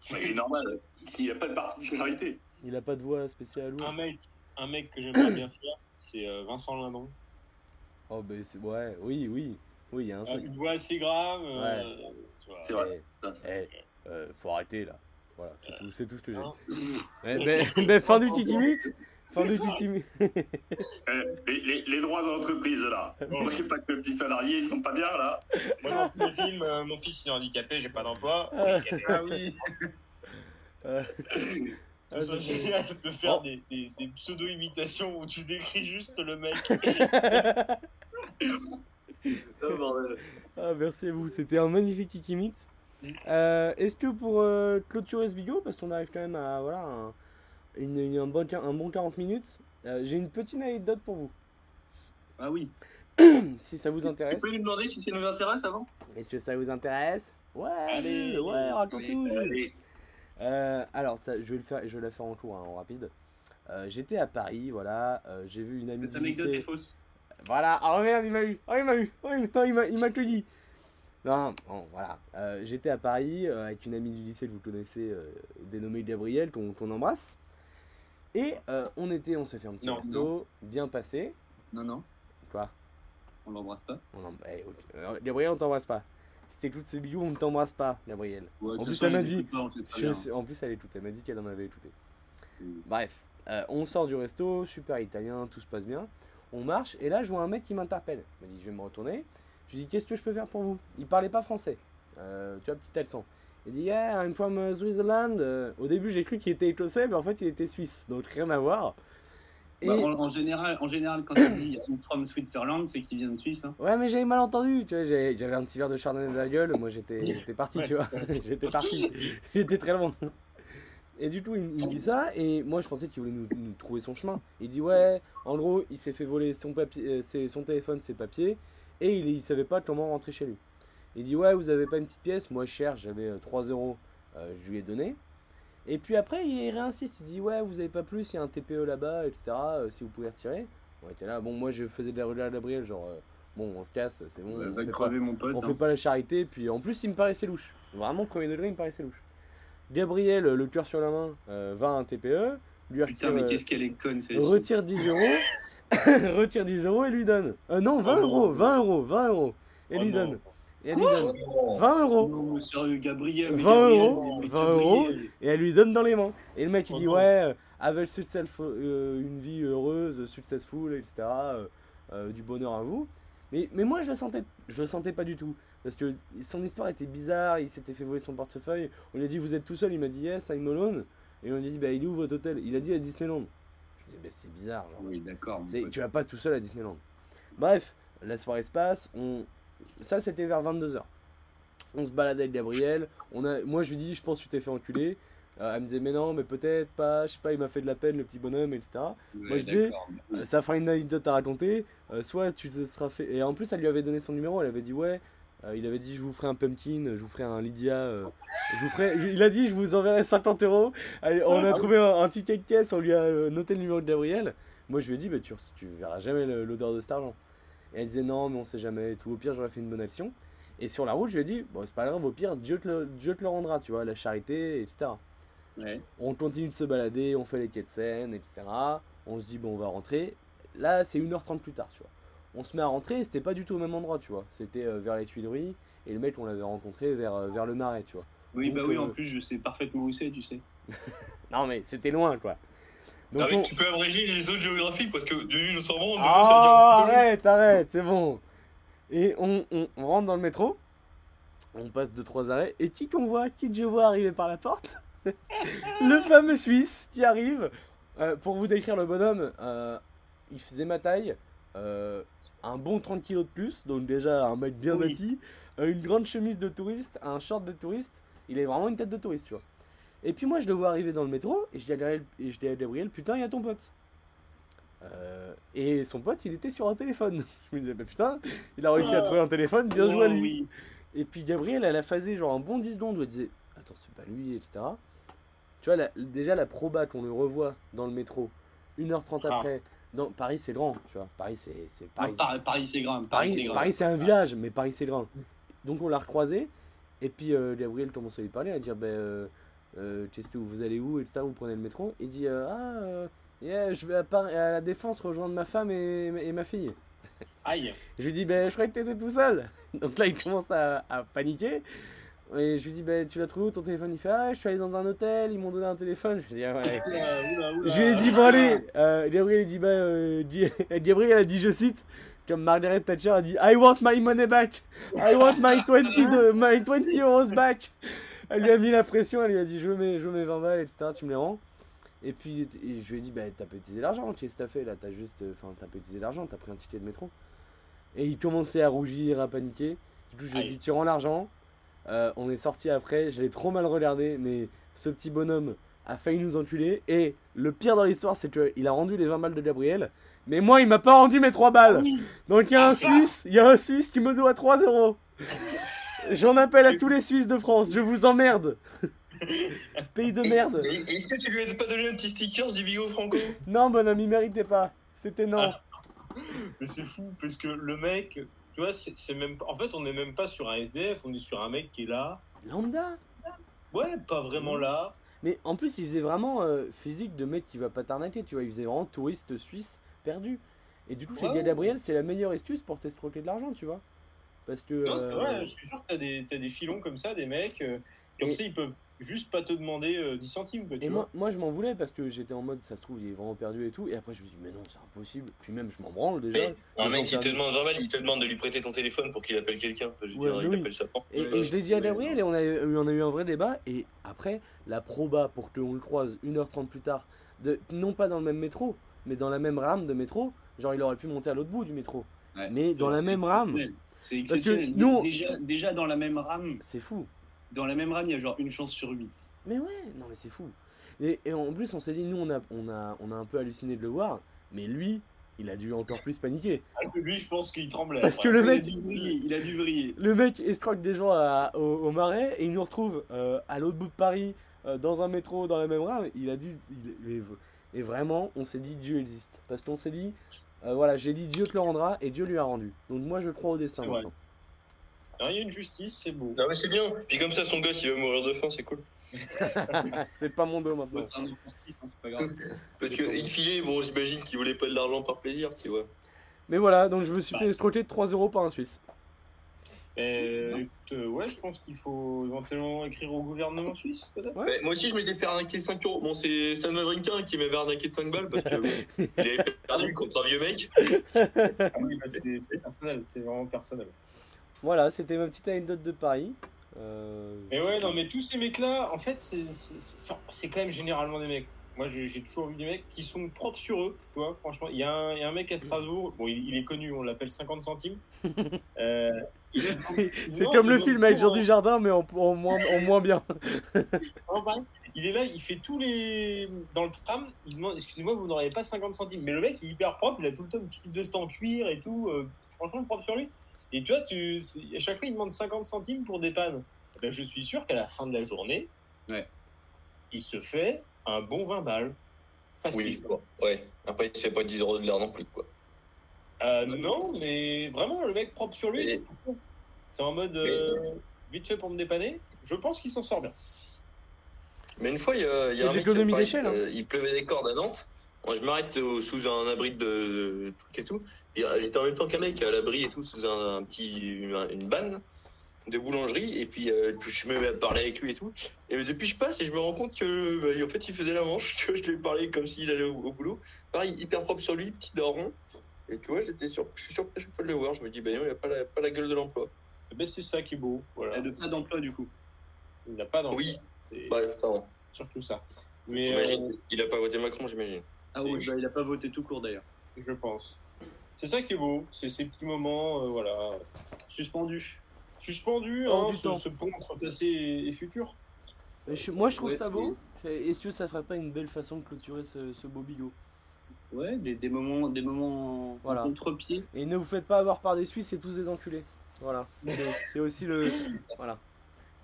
Speaker 4: C'est normal, il a pas de particularité.
Speaker 1: Il a pas de voix spéciale ou.
Speaker 5: Un mec, un mec que j'aimerais bien faire, c'est euh, Vincent Lindon.
Speaker 1: Oh, ben c'est. Ouais, oui, oui. Oui, il y a un
Speaker 5: Euh,
Speaker 1: truc.
Speaker 5: une voix assez grave. euh, tu vois.
Speaker 4: C'est vrai.
Speaker 1: Eh, eh, euh, faut arrêter là. Voilà, c'est tout, c'est tout ce que j'ai.
Speaker 5: hein.
Speaker 1: Eh, ben, ben, fin du kikimite Fin
Speaker 5: C'est
Speaker 1: du
Speaker 5: ça.
Speaker 1: kikimite
Speaker 4: Euh, les, les- les droits d'entreprise, là. Moi, je sais pas que le petit salarié, ils sont pas bien, là.
Speaker 5: Moi, dans tous mes films, euh, mon fils il est handicapé, j'ai pas d'emploi.
Speaker 1: Ah.
Speaker 5: Ah oui.
Speaker 1: Ah,
Speaker 5: Ce
Speaker 1: c'est-
Speaker 5: serait génial de faire
Speaker 1: Oh.
Speaker 5: des, des- des pseudo-imitations où tu décris juste le mec.
Speaker 4: Oh, bordel.
Speaker 1: Ah, merci à vous, c'était un magnifique Kikimite.
Speaker 5: Mm.
Speaker 1: Euh, Est-ce que pour euh, clôturer ce vidéo, parce qu'on arrive quand même à voilà, un, une- une- un bon, quin- un bon 40 minutes, euh, j'ai une petite anecdote pour vous,
Speaker 2: Ah oui.
Speaker 1: si ça vous
Speaker 4: Tu
Speaker 1: intéresse.
Speaker 4: peux lui demander si ça nous intéresse avant
Speaker 1: Est-ce que ça vous intéresse Ouais,
Speaker 2: Allez,
Speaker 1: Jules, ouais, raconte-nous.
Speaker 2: allez,
Speaker 1: Jules.
Speaker 4: Allez.
Speaker 1: Euh, alors, ça, je vais le faire, je vais la faire en cours, hein, en rapide. Euh, J'étais à Paris, voilà, euh, j'ai vu une amie
Speaker 2: Cette
Speaker 1: du
Speaker 2: anecdote
Speaker 1: lycée.
Speaker 2: est fausse.
Speaker 1: Voilà, oh merde, il m'a eu, oh il m'a eu, oh il m'a- il m'a il m'a cueilli. Non, bon, voilà. Euh, J'étais à Paris euh, avec une amie du lycée que vous connaissez, euh, dénommée Gabrielle, qu'on qu'on embrasse. Et euh, on était, on s'est fait un petit
Speaker 5: Non,
Speaker 1: resto, bien passé.
Speaker 2: Non, non,
Speaker 1: Quoi
Speaker 2: on l'embrasse pas.
Speaker 1: on en... eh, ok. Euh, Gabrielle, on t'embrasse pas. Si t'écoutes ce billou, on ne t'embrasse pas, Gabrielle.
Speaker 2: Ouais, de
Speaker 1: En
Speaker 2: toute
Speaker 1: plus,
Speaker 2: façon,
Speaker 1: elle m'a
Speaker 2: ils
Speaker 1: dit,
Speaker 2: écoutent pas, on sait très
Speaker 1: Je
Speaker 2: bien.
Speaker 1: sais- en plus, elle écoutait, elle m'a dit qu'elle en avait écouté.
Speaker 2: Mm.
Speaker 1: Bref, euh, on sort du resto, super italien, tout se passe bien. On marche, et là, je vois un mec qui m'interpelle. Il m'a dit, je vais me retourner. Je lui dis, qu'est-ce que je peux faire pour vous Il parlait pas français. Euh, tu vois, petit accent. Il dit, yeah, I'm from euh, Switzerland. Euh, au début, j'ai cru qu'il était écossais, mais en fait, il était suisse, donc rien à voir. Et...
Speaker 2: Bah, en, en général, en général, quand on dit I'm from Switzerland, c'est qu'il vient de Suisse. hein.
Speaker 1: Ouais, mais j'avais mal entendu, tu vois, j'avais j'avais un petit verre de chardonnay de la gueule, moi j'étais j'étais parti, tu vois, j'étais parti, j'étais très loin. Et du coup, il, il me dit ça, et moi je pensais qu'il voulait nous, nous trouver son chemin. Il dit, ouais, en gros, il s'est fait voler son, papier, euh, ses- son téléphone, ses papiers, et il, il savait pas comment rentrer chez lui. Il dit, ouais, vous avez pas une petite pièce, moi je cherche, j'avais euh, 3 euros, euh, je lui ai donné. Et puis après, il réinsiste, il dit, ouais, vous avez pas plus, il y a un TPE là-bas, etc., euh, si vous pouvez retirer. On était là, bon, moi je faisais de la relais à Gabriel, genre, euh, bon, on se casse, c'est bon,
Speaker 2: Euh,
Speaker 1: on,
Speaker 2: va
Speaker 1: fait pas,
Speaker 2: crever mon pote.
Speaker 1: on
Speaker 2: hein.
Speaker 1: fait pas la charité, puis en plus il me paraissait louche. Vraiment, premier degré, il me paraissait louche. Gabriel, le cœur sur la main, euh, va à un TPE, lui retire,
Speaker 2: Putain, mais
Speaker 1: euh,
Speaker 2: qu'est-ce qu'elle est conne celle-ci.
Speaker 1: retire 10 euros, retire 10 euros et lui donne. Euh, non, 20
Speaker 5: Oh non.
Speaker 1: euros, 20 euros, 20 euros. Et
Speaker 5: Oh
Speaker 1: lui
Speaker 5: non.
Speaker 1: donne. Et elle lui donne 20 euros.
Speaker 2: Non, mais sérieux, Gabriel. mais
Speaker 1: 20
Speaker 2: Gabriel,
Speaker 1: euros,
Speaker 2: mais
Speaker 1: 20 euros.
Speaker 2: Gabriel.
Speaker 1: Et elle lui donne dans les mains. Et le mec il
Speaker 5: Oh
Speaker 1: dit
Speaker 5: non.
Speaker 1: ouais, euh, avec successful, euh, une vie heureuse, successful, etc. euh, euh, du bonheur à vous. Mais, mais moi je le sentais, je le sentais pas du tout. Parce que son histoire était bizarre, il s'était fait voler son portefeuille. On lui a dit vous êtes tout seul, il m'a dit yes, I'm alone. Et on lui a dit bah il est où votre hôtel Il a dit à Disneyland. Je lui ai dit bah c'est bizarre. Genre.
Speaker 2: Oui, d'accord. mon
Speaker 1: C'est-
Speaker 2: pote.
Speaker 1: tu vas pas tout seul à Disneyland. Bref, la soirée se passe. On... Ça, c'était vers 22h. On se baladait avec Gabriel. On a... Moi, je lui dis, je pense que tu t'es fait enculer. Euh, elle me disait, mais non, mais peut-être pas. Je sais pas, il m'a fait de la peine, le petit bonhomme, etc.
Speaker 2: Ouais,
Speaker 1: moi, je dis-
Speaker 2: d'accord.
Speaker 1: Euh, ça fera une anecdote à raconter. Euh, soit tu te seras fait. Et en plus, elle lui avait donné son numéro. Elle avait dit, ouais. Euh, il avait dit, je vous ferai un pumpkin, je vous ferai un Lydia. euh, je vous ferai... je- Il a dit, je vous enverrai 50 euros. Allez, on a trouvé un, un ticket de caisse. On lui a euh, noté le numéro de Gabriel. Moi, je lui ai dit, bah, tu, tu verras jamais le- l'odeur de cet argent. Et elle disait, non, mais on sait jamais et tout. Au pire, j'aurais fait une bonne action. Et sur la route, je lui ai dit, bon, c'est pas grave, au pire, Dieu te le, Dieu te le rendra, tu vois, la charité, etc.
Speaker 2: Ouais.
Speaker 1: On continue de se balader, on fait les quêtes scènes, etc. On se dit, bon, on va rentrer. Là, c'est 1h30 plus tard, tu vois. On se met à rentrer, et c'était pas du tout au même endroit, tu vois. C'était euh, vers les Tuileries, et le mec, on l'avait rencontré vers, euh, vers le Marais, tu vois.
Speaker 2: Oui,
Speaker 1: Donc,
Speaker 2: bah oui,
Speaker 1: euh,
Speaker 2: en plus, je sais parfaitement où c'est, tu sais.
Speaker 1: Non, mais c'était loin, quoi. Donc,
Speaker 4: Ah oui,
Speaker 1: on-
Speaker 4: tu peux abréger les autres géographiques parce que de l'une nous sommes de l'autre,
Speaker 1: Ah,
Speaker 4: ça veut dire-
Speaker 1: arrête, arrête, c'est bon. Et on, on- on rentre dans le métro, on passe deux trois arrêts, et qui qu'on voit, qui que je vois arriver par la porte Le fameux Suisse qui arrive. Euh, pour vous décrire le bonhomme, euh, il faisait ma taille, euh, un bon 30 kilos de plus, donc déjà un mec bien
Speaker 2: Oui.
Speaker 1: bâti, euh, une grande chemise de touriste, un short de touriste, il est vraiment une tête de touriste, tu vois. Et puis moi, je le vois arriver dans le métro, et je dis à Gabriel, et je dis à Gabriel putain, il y a ton pote. Euh, et son pote, il était sur un téléphone. Je me disais, bah putain, il a réussi à trouver un téléphone, bien joué à lui.
Speaker 2: Oui.
Speaker 1: Et puis Gabriel, elle a phasé genre un bon 10 secondes où elle disait Attends, c'est pas lui, etc. Tu vois, la- déjà la proba qu'on le revoit dans le métro, 1h30
Speaker 5: Ah.
Speaker 1: après. Dans, Paris, c'est grand, tu vois. Paris, c'est c'est
Speaker 2: Non,
Speaker 1: Paris.
Speaker 2: Par- Paris, c'est grand. Paris, c'est
Speaker 1: Paris,
Speaker 2: grand.
Speaker 1: Paris, c'est un village, mais Paris, c'est grand. Donc on l'a recroisé. Et puis euh, Gabriel commence à lui parler, à dire Ben, euh, euh, qu'est-ce que vous allez où, etc. Vous prenez le métro. Il dit euh, Ah, euh, yeah, je vais à, Par- à la Défense rejoindre ma femme et, et ma fille.
Speaker 5: Aïe.
Speaker 1: Je lui dis, ben, je croyais que t'étais tout seul. Donc là, il commence à, à paniquer. Et je lui dis, ben, tu l'as trouvé où ton téléphone Il fait, ah, je suis allé dans un hôtel, ils m'ont donné un téléphone. Je lui dis, ah ouais.
Speaker 5: Oula, oula, oula.
Speaker 1: Je lui ai dit, bon, allez. Euh, Gabriel, il dit, ben, euh, Di- Gabriel a dit, je cite, comme Margaret Thatcher a dit, I want my money back. I want my 20, de- my 20 euros back. Elle lui a mis la pression, elle lui a dit, je veux mes, je veux mes 20 balles, etc., tu me les rends. Et puis et je lui ai dit, bah, t'as pas utilisé l'argent, qu'est-ce que t'as fait là T'as juste, euh, enfin, t'as pas utilisé l'argent, t'as pris un ticket de métro. Et il commençait à rougir, à paniquer. Du coup, je lui ai
Speaker 5: Aïe.
Speaker 1: dit, tu rends l'argent. Euh, on est sorti après, je l'ai trop mal regardé, mais ce petit bonhomme a failli nous enculer. Et le pire dans l'histoire, c'est qu'il a rendu les 20 balles de Gabriel, mais moi, il m'a pas rendu mes 3 balles. Donc il y a un Suisse, il y a un Suisse qui me doit 3 euros. J'en appelle à tous les Suisses de France, je vous emmerde. Pays de merde.
Speaker 4: Et- Est-ce que tu lui as pas donné un petit sticker du Bigo Franco
Speaker 1: Non, bon ami, méritez pas. C'était non.
Speaker 5: Ah. Mais c'est fou parce que le mec, tu vois, c'est c'est même. En fait, on n'est même pas sur un SDF, on est sur un mec qui est là.
Speaker 1: Lambda
Speaker 5: Ouais, pas vraiment là.
Speaker 1: Mais en plus, il faisait vraiment euh, physique de mec qui va pas t'arnaquer, tu vois. Il faisait vraiment touriste suisse perdu. Et du coup, j'ai
Speaker 5: Ouais,
Speaker 1: dit à
Speaker 5: ouais.
Speaker 1: Gabriel, c'est la meilleure astuce pour t'escroquer de l'argent, tu vois. Parce que.
Speaker 5: Non, c'est
Speaker 1: euh,
Speaker 5: vrai, je suis sûr que t'as des, t'as des filons comme ça, des mecs, euh, comme
Speaker 1: Et-
Speaker 5: ça, ils peuvent juste pas te demander euh, 10 centimes, quoi, tu
Speaker 1: Et
Speaker 5: vois.
Speaker 1: moi, moi, je m'en voulais parce que j'étais en mode, ça se trouve, il est vraiment perdu et tout. Et après, je me suis dit, mais non, c'est impossible. Puis même, je m'en branle déjà.
Speaker 4: Mais-
Speaker 1: Les
Speaker 4: Un
Speaker 1: gens
Speaker 4: mec qui te
Speaker 1: perdus.
Speaker 4: demande 20 balles, il te demande de lui prêter ton téléphone pour qu'il appelle quelqu'un. Je veux
Speaker 1: Ouais,
Speaker 4: dire,
Speaker 1: mais
Speaker 4: il
Speaker 1: oui.
Speaker 4: appelle sa banque.
Speaker 1: Et,
Speaker 4: Euh,
Speaker 1: et je l'ai dit à
Speaker 4: mais-
Speaker 1: Gabriel et on a, eu, on a eu un vrai débat. Et après, la proba pour qu'on le croise 1h30 plus tard, de, non pas dans le même métro, mais dans la même rame de métro, genre il aurait pu monter à l'autre bout du métro.
Speaker 2: Ouais,
Speaker 1: Mais
Speaker 2: c'est-
Speaker 1: dans la
Speaker 2: c'est
Speaker 1: même rame.
Speaker 2: exceptionnel. C'est
Speaker 1: Parce que
Speaker 2: exceptionnel.
Speaker 1: nous, on-
Speaker 2: déjà, déjà dans la même rame,
Speaker 1: C'est fou.
Speaker 2: dans la même rame, il y a genre une chance sur 8.
Speaker 1: Mais ouais, non mais c'est fou. Et, et en plus, on s'est dit, nous, on a, on, a, on a un peu halluciné de le voir, mais lui, il a dû encore plus paniquer.
Speaker 5: Alors que Ah, lui, je pense qu'il tremblait.
Speaker 1: Parce que
Speaker 5: après.
Speaker 1: le mec-
Speaker 2: il a dû vriller, il a dû vriller.
Speaker 1: Le mec escroque des gens à- au, au marais et il nous retrouve euh, à l'autre bout de Paris, euh, dans un métro, dans la même rame. Il a dû. il- et, et vraiment, on s'est dit Dieu existe. Parce qu'on s'est dit, euh, voilà, j'ai dit Dieu te le rendra et Dieu lui a rendu. Donc moi, je crois au destin
Speaker 5: C'est vrai.
Speaker 1: maintenant.
Speaker 5: Hein, Il y a une justice, c'est beau.
Speaker 4: Non, mais Ah c'est bien. Puis comme ça, son gosse, il va mourir de faim, c'est cool.
Speaker 1: C'est pas mon dos maintenant.
Speaker 2: Bon, c'est un enfant triste, hein, c'est pas grave.
Speaker 4: Parce que in fine, bon, j'imagine qu'il voulait pas de l'argent par plaisir, tu vois.
Speaker 1: Mais voilà, donc je me suis
Speaker 5: Bah.
Speaker 1: fait escroquer de 3 euros par un Suisse.
Speaker 5: Euh, euh, ouais, je pense qu'il faut éventuellement écrire au gouvernement suisse, peut-être.
Speaker 4: Ouais, moi aussi, je m'étais fait arnaquer de 5 euros. Bon, c'est Sam Wawrinka qui m'avait arnaqué de 5 balles parce que bon, il avait perdu contre un vieux mec.
Speaker 5: Ah oui, bah, c'est c'est personnel, c'est vraiment personnel.
Speaker 1: Voilà, c'était ma petite anecdote de Paris. Euh,
Speaker 5: Mais ouais, non, mais tous ces mecs-là, en fait, c'est- c'est c'est- c'est quand même généralement des mecs. Moi, j'ai j'ai toujours vu des mecs qui sont propres sur eux, tu vois, franchement. Il y, a un- il y a un mec à Strasbourg, bon, il, il est connu, on l'appelle 50 centimes. Euh, il-
Speaker 1: C'est
Speaker 5: non,
Speaker 1: comme le
Speaker 5: il-
Speaker 1: film avec
Speaker 5: hein.
Speaker 1: Jean Dujardin, mais en, en moins, en moins bien.
Speaker 5: Vraiment pareil. Il est là, il fait tous les. Dans le tram, il demande Excusez-moi, vous n'auriez pas 50 centimes. Mais le mec, il est hyper propre, il a tout le temps une petite veste en cuir et tout. euh, franchement, propre sur lui. Et tu vois, tu, c'est- à chaque fois, il demande 50 centimes pour des pannes. Ben, je suis sûr qu'à la fin de la journée,
Speaker 2: Ouais.
Speaker 5: il se fait un bon 20 balles. Facile.
Speaker 4: Oui, bon, ouais. Après, il se fait pas 10 euros de l'heure non plus, quoi.
Speaker 5: Euh, non, mais vraiment, le mec propre sur lui.
Speaker 4: Mais-
Speaker 5: tout comme ça. C'est en mode euh, vite fait pour me dépanner. Je pense qu'il s'en sort bien.
Speaker 4: Mais une fois, il y a, il y
Speaker 1: C'est
Speaker 4: a un mec. qui
Speaker 1: l'économie
Speaker 4: pareil,
Speaker 1: d'échelle, hein.
Speaker 4: euh, Il pleuvait des cordes à Nantes. Moi, je m'arrête au- sous un abri de, de trucs et tout. Et, euh, J'étais en même temps qu'un mec à l'abri et tout, sous un, un petit, une, une banne de boulangerie. Et puis, euh, puis je me mets à parler avec lui et tout. Et depuis, je passe et je me rends compte que, bah, en fait, il faisait la manche. Tu vois, je lui ai parlé comme s'il allait au, au boulot. Pareil, hyper propre sur lui, petit daron. Et tu vois, j'étais sur, je suis surpris à chaque fois de le voir. Je me dis, bah non, il a pas la, pas la gueule de l'emploi.
Speaker 5: Mais Eh ben, c'est ça qui est beau.
Speaker 2: Il
Speaker 5: Voilà.
Speaker 2: a de- pas d'emploi du coup.
Speaker 5: Il n'a pas d'enfant.
Speaker 4: Oui,
Speaker 5: C'est-
Speaker 4: bah, ça va.
Speaker 5: surtout ça. Mais
Speaker 4: J'imagine.
Speaker 5: euh,
Speaker 4: Il a pas voté Macron, j'imagine.
Speaker 2: Ah
Speaker 5: C'est-
Speaker 2: ouais, bah, il a pas voté tout court d'ailleurs.
Speaker 5: je pense. C'est ça qui est beau, c'est ces petits moments, euh, voilà,
Speaker 2: Suspendu.
Speaker 5: suspendus,
Speaker 1: Hors
Speaker 5: hein,
Speaker 1: du
Speaker 5: ce,
Speaker 1: temps.
Speaker 5: ce pont entre passé et, et futur.
Speaker 1: Mais je- moi, je trouve
Speaker 2: Ouais,
Speaker 1: ça beau. Est-ce que ça ferait pas une belle façon de clôturer ce, ce beau bigot
Speaker 2: Ouais, des, des moments, des moments en- en
Speaker 1: Voilà.
Speaker 2: contre-pied.
Speaker 1: Et ne vous faites pas avoir par des Suisses, c'est tous des enculés. Voilà. C'est c'est aussi le. Voilà.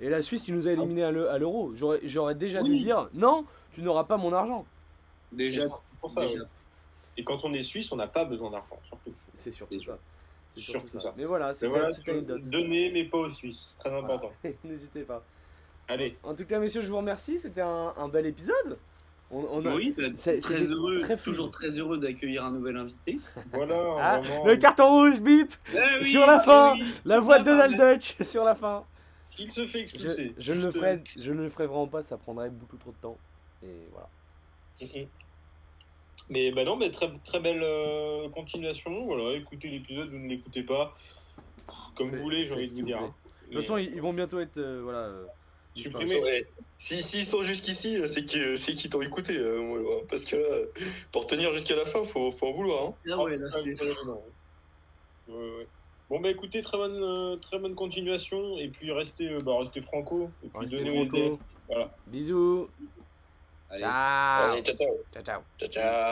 Speaker 1: Et la Suisse, tu nous as éliminé à l'e- à l'euro. J'aurais j'aurais déjà dû
Speaker 2: Oui.
Speaker 1: dire non, tu n'auras pas mon argent.
Speaker 5: Déjà,
Speaker 2: C'est
Speaker 5: c'est pour ça.
Speaker 2: déjà.
Speaker 5: ouais. Et quand on est suisse, on n'a pas besoin d'argent, surtout.
Speaker 1: C'est surtout
Speaker 2: C'est sûr.
Speaker 1: ça. C'est surtout
Speaker 5: Surtout
Speaker 1: ça.
Speaker 5: ça.
Speaker 1: Mais voilà,
Speaker 5: Mais
Speaker 1: c'était
Speaker 5: voilà,
Speaker 1: une petite anecdote.
Speaker 5: donner, mais pas aux Suisses. Très
Speaker 1: Voilà.
Speaker 5: important.
Speaker 1: N'hésitez pas.
Speaker 5: Allez,
Speaker 1: En tout cas, messieurs, je vous remercie. C'était un, un bel épisode. On, on a-
Speaker 2: Oui, bah,
Speaker 1: c'est-
Speaker 2: très
Speaker 1: c'était
Speaker 2: heureux,
Speaker 1: très fluide.
Speaker 2: toujours très heureux d'accueillir un nouvel invité.
Speaker 5: voilà. Eh
Speaker 1: Ah,
Speaker 5: vraiment,
Speaker 1: le carton rouge, bip Sur la fin. La voix de Donald Dutch sur la fin.
Speaker 5: Il se fait
Speaker 1: Je,
Speaker 5: expulser.
Speaker 1: je ne le
Speaker 5: Juste- euh,
Speaker 1: ferai, je ne le ferai vraiment pas, ça prendrait beaucoup trop de temps. Et voilà.
Speaker 5: Mhm. Mais bah non, mais très, très belle euh, continuation. Voilà, écoutez l'épisode ou ne l'écoutez pas. Comme
Speaker 1: Faites-
Speaker 5: vous voulez, j'ai
Speaker 1: faites
Speaker 5: envie
Speaker 1: ce
Speaker 5: de vous
Speaker 1: que
Speaker 5: dire.
Speaker 1: vous
Speaker 5: hein.
Speaker 1: De toute façon, ils, ils vont bientôt être euh, voilà. euh,
Speaker 5: Supprimés.
Speaker 1: disparus.
Speaker 4: Ouais. eh, Si- S'ils sont jusqu'ici, euh, c'est que- c'est qu'ils t'ont écouté. euh, moi, Parce que là, euh, pour tenir jusqu'à la fin, faut, faut en vouloir. hein.
Speaker 2: Ah ouais, là,
Speaker 5: Ah,
Speaker 2: c'est-
Speaker 5: c'est vrai, non. Ouais, ouais. Bon bah écoutez, très bonne, euh, très bonne continuation. Et puis restez, euh, bah, restez franco. Et puis
Speaker 1: Restez
Speaker 5: donnez aux
Speaker 1: franco.
Speaker 5: SDF. Voilà.
Speaker 1: Bisous.
Speaker 2: Allez.
Speaker 1: Ciao.
Speaker 4: Allez, ciao, ciao.
Speaker 1: Ah, Ciao ciao.
Speaker 4: Ciao, ciao.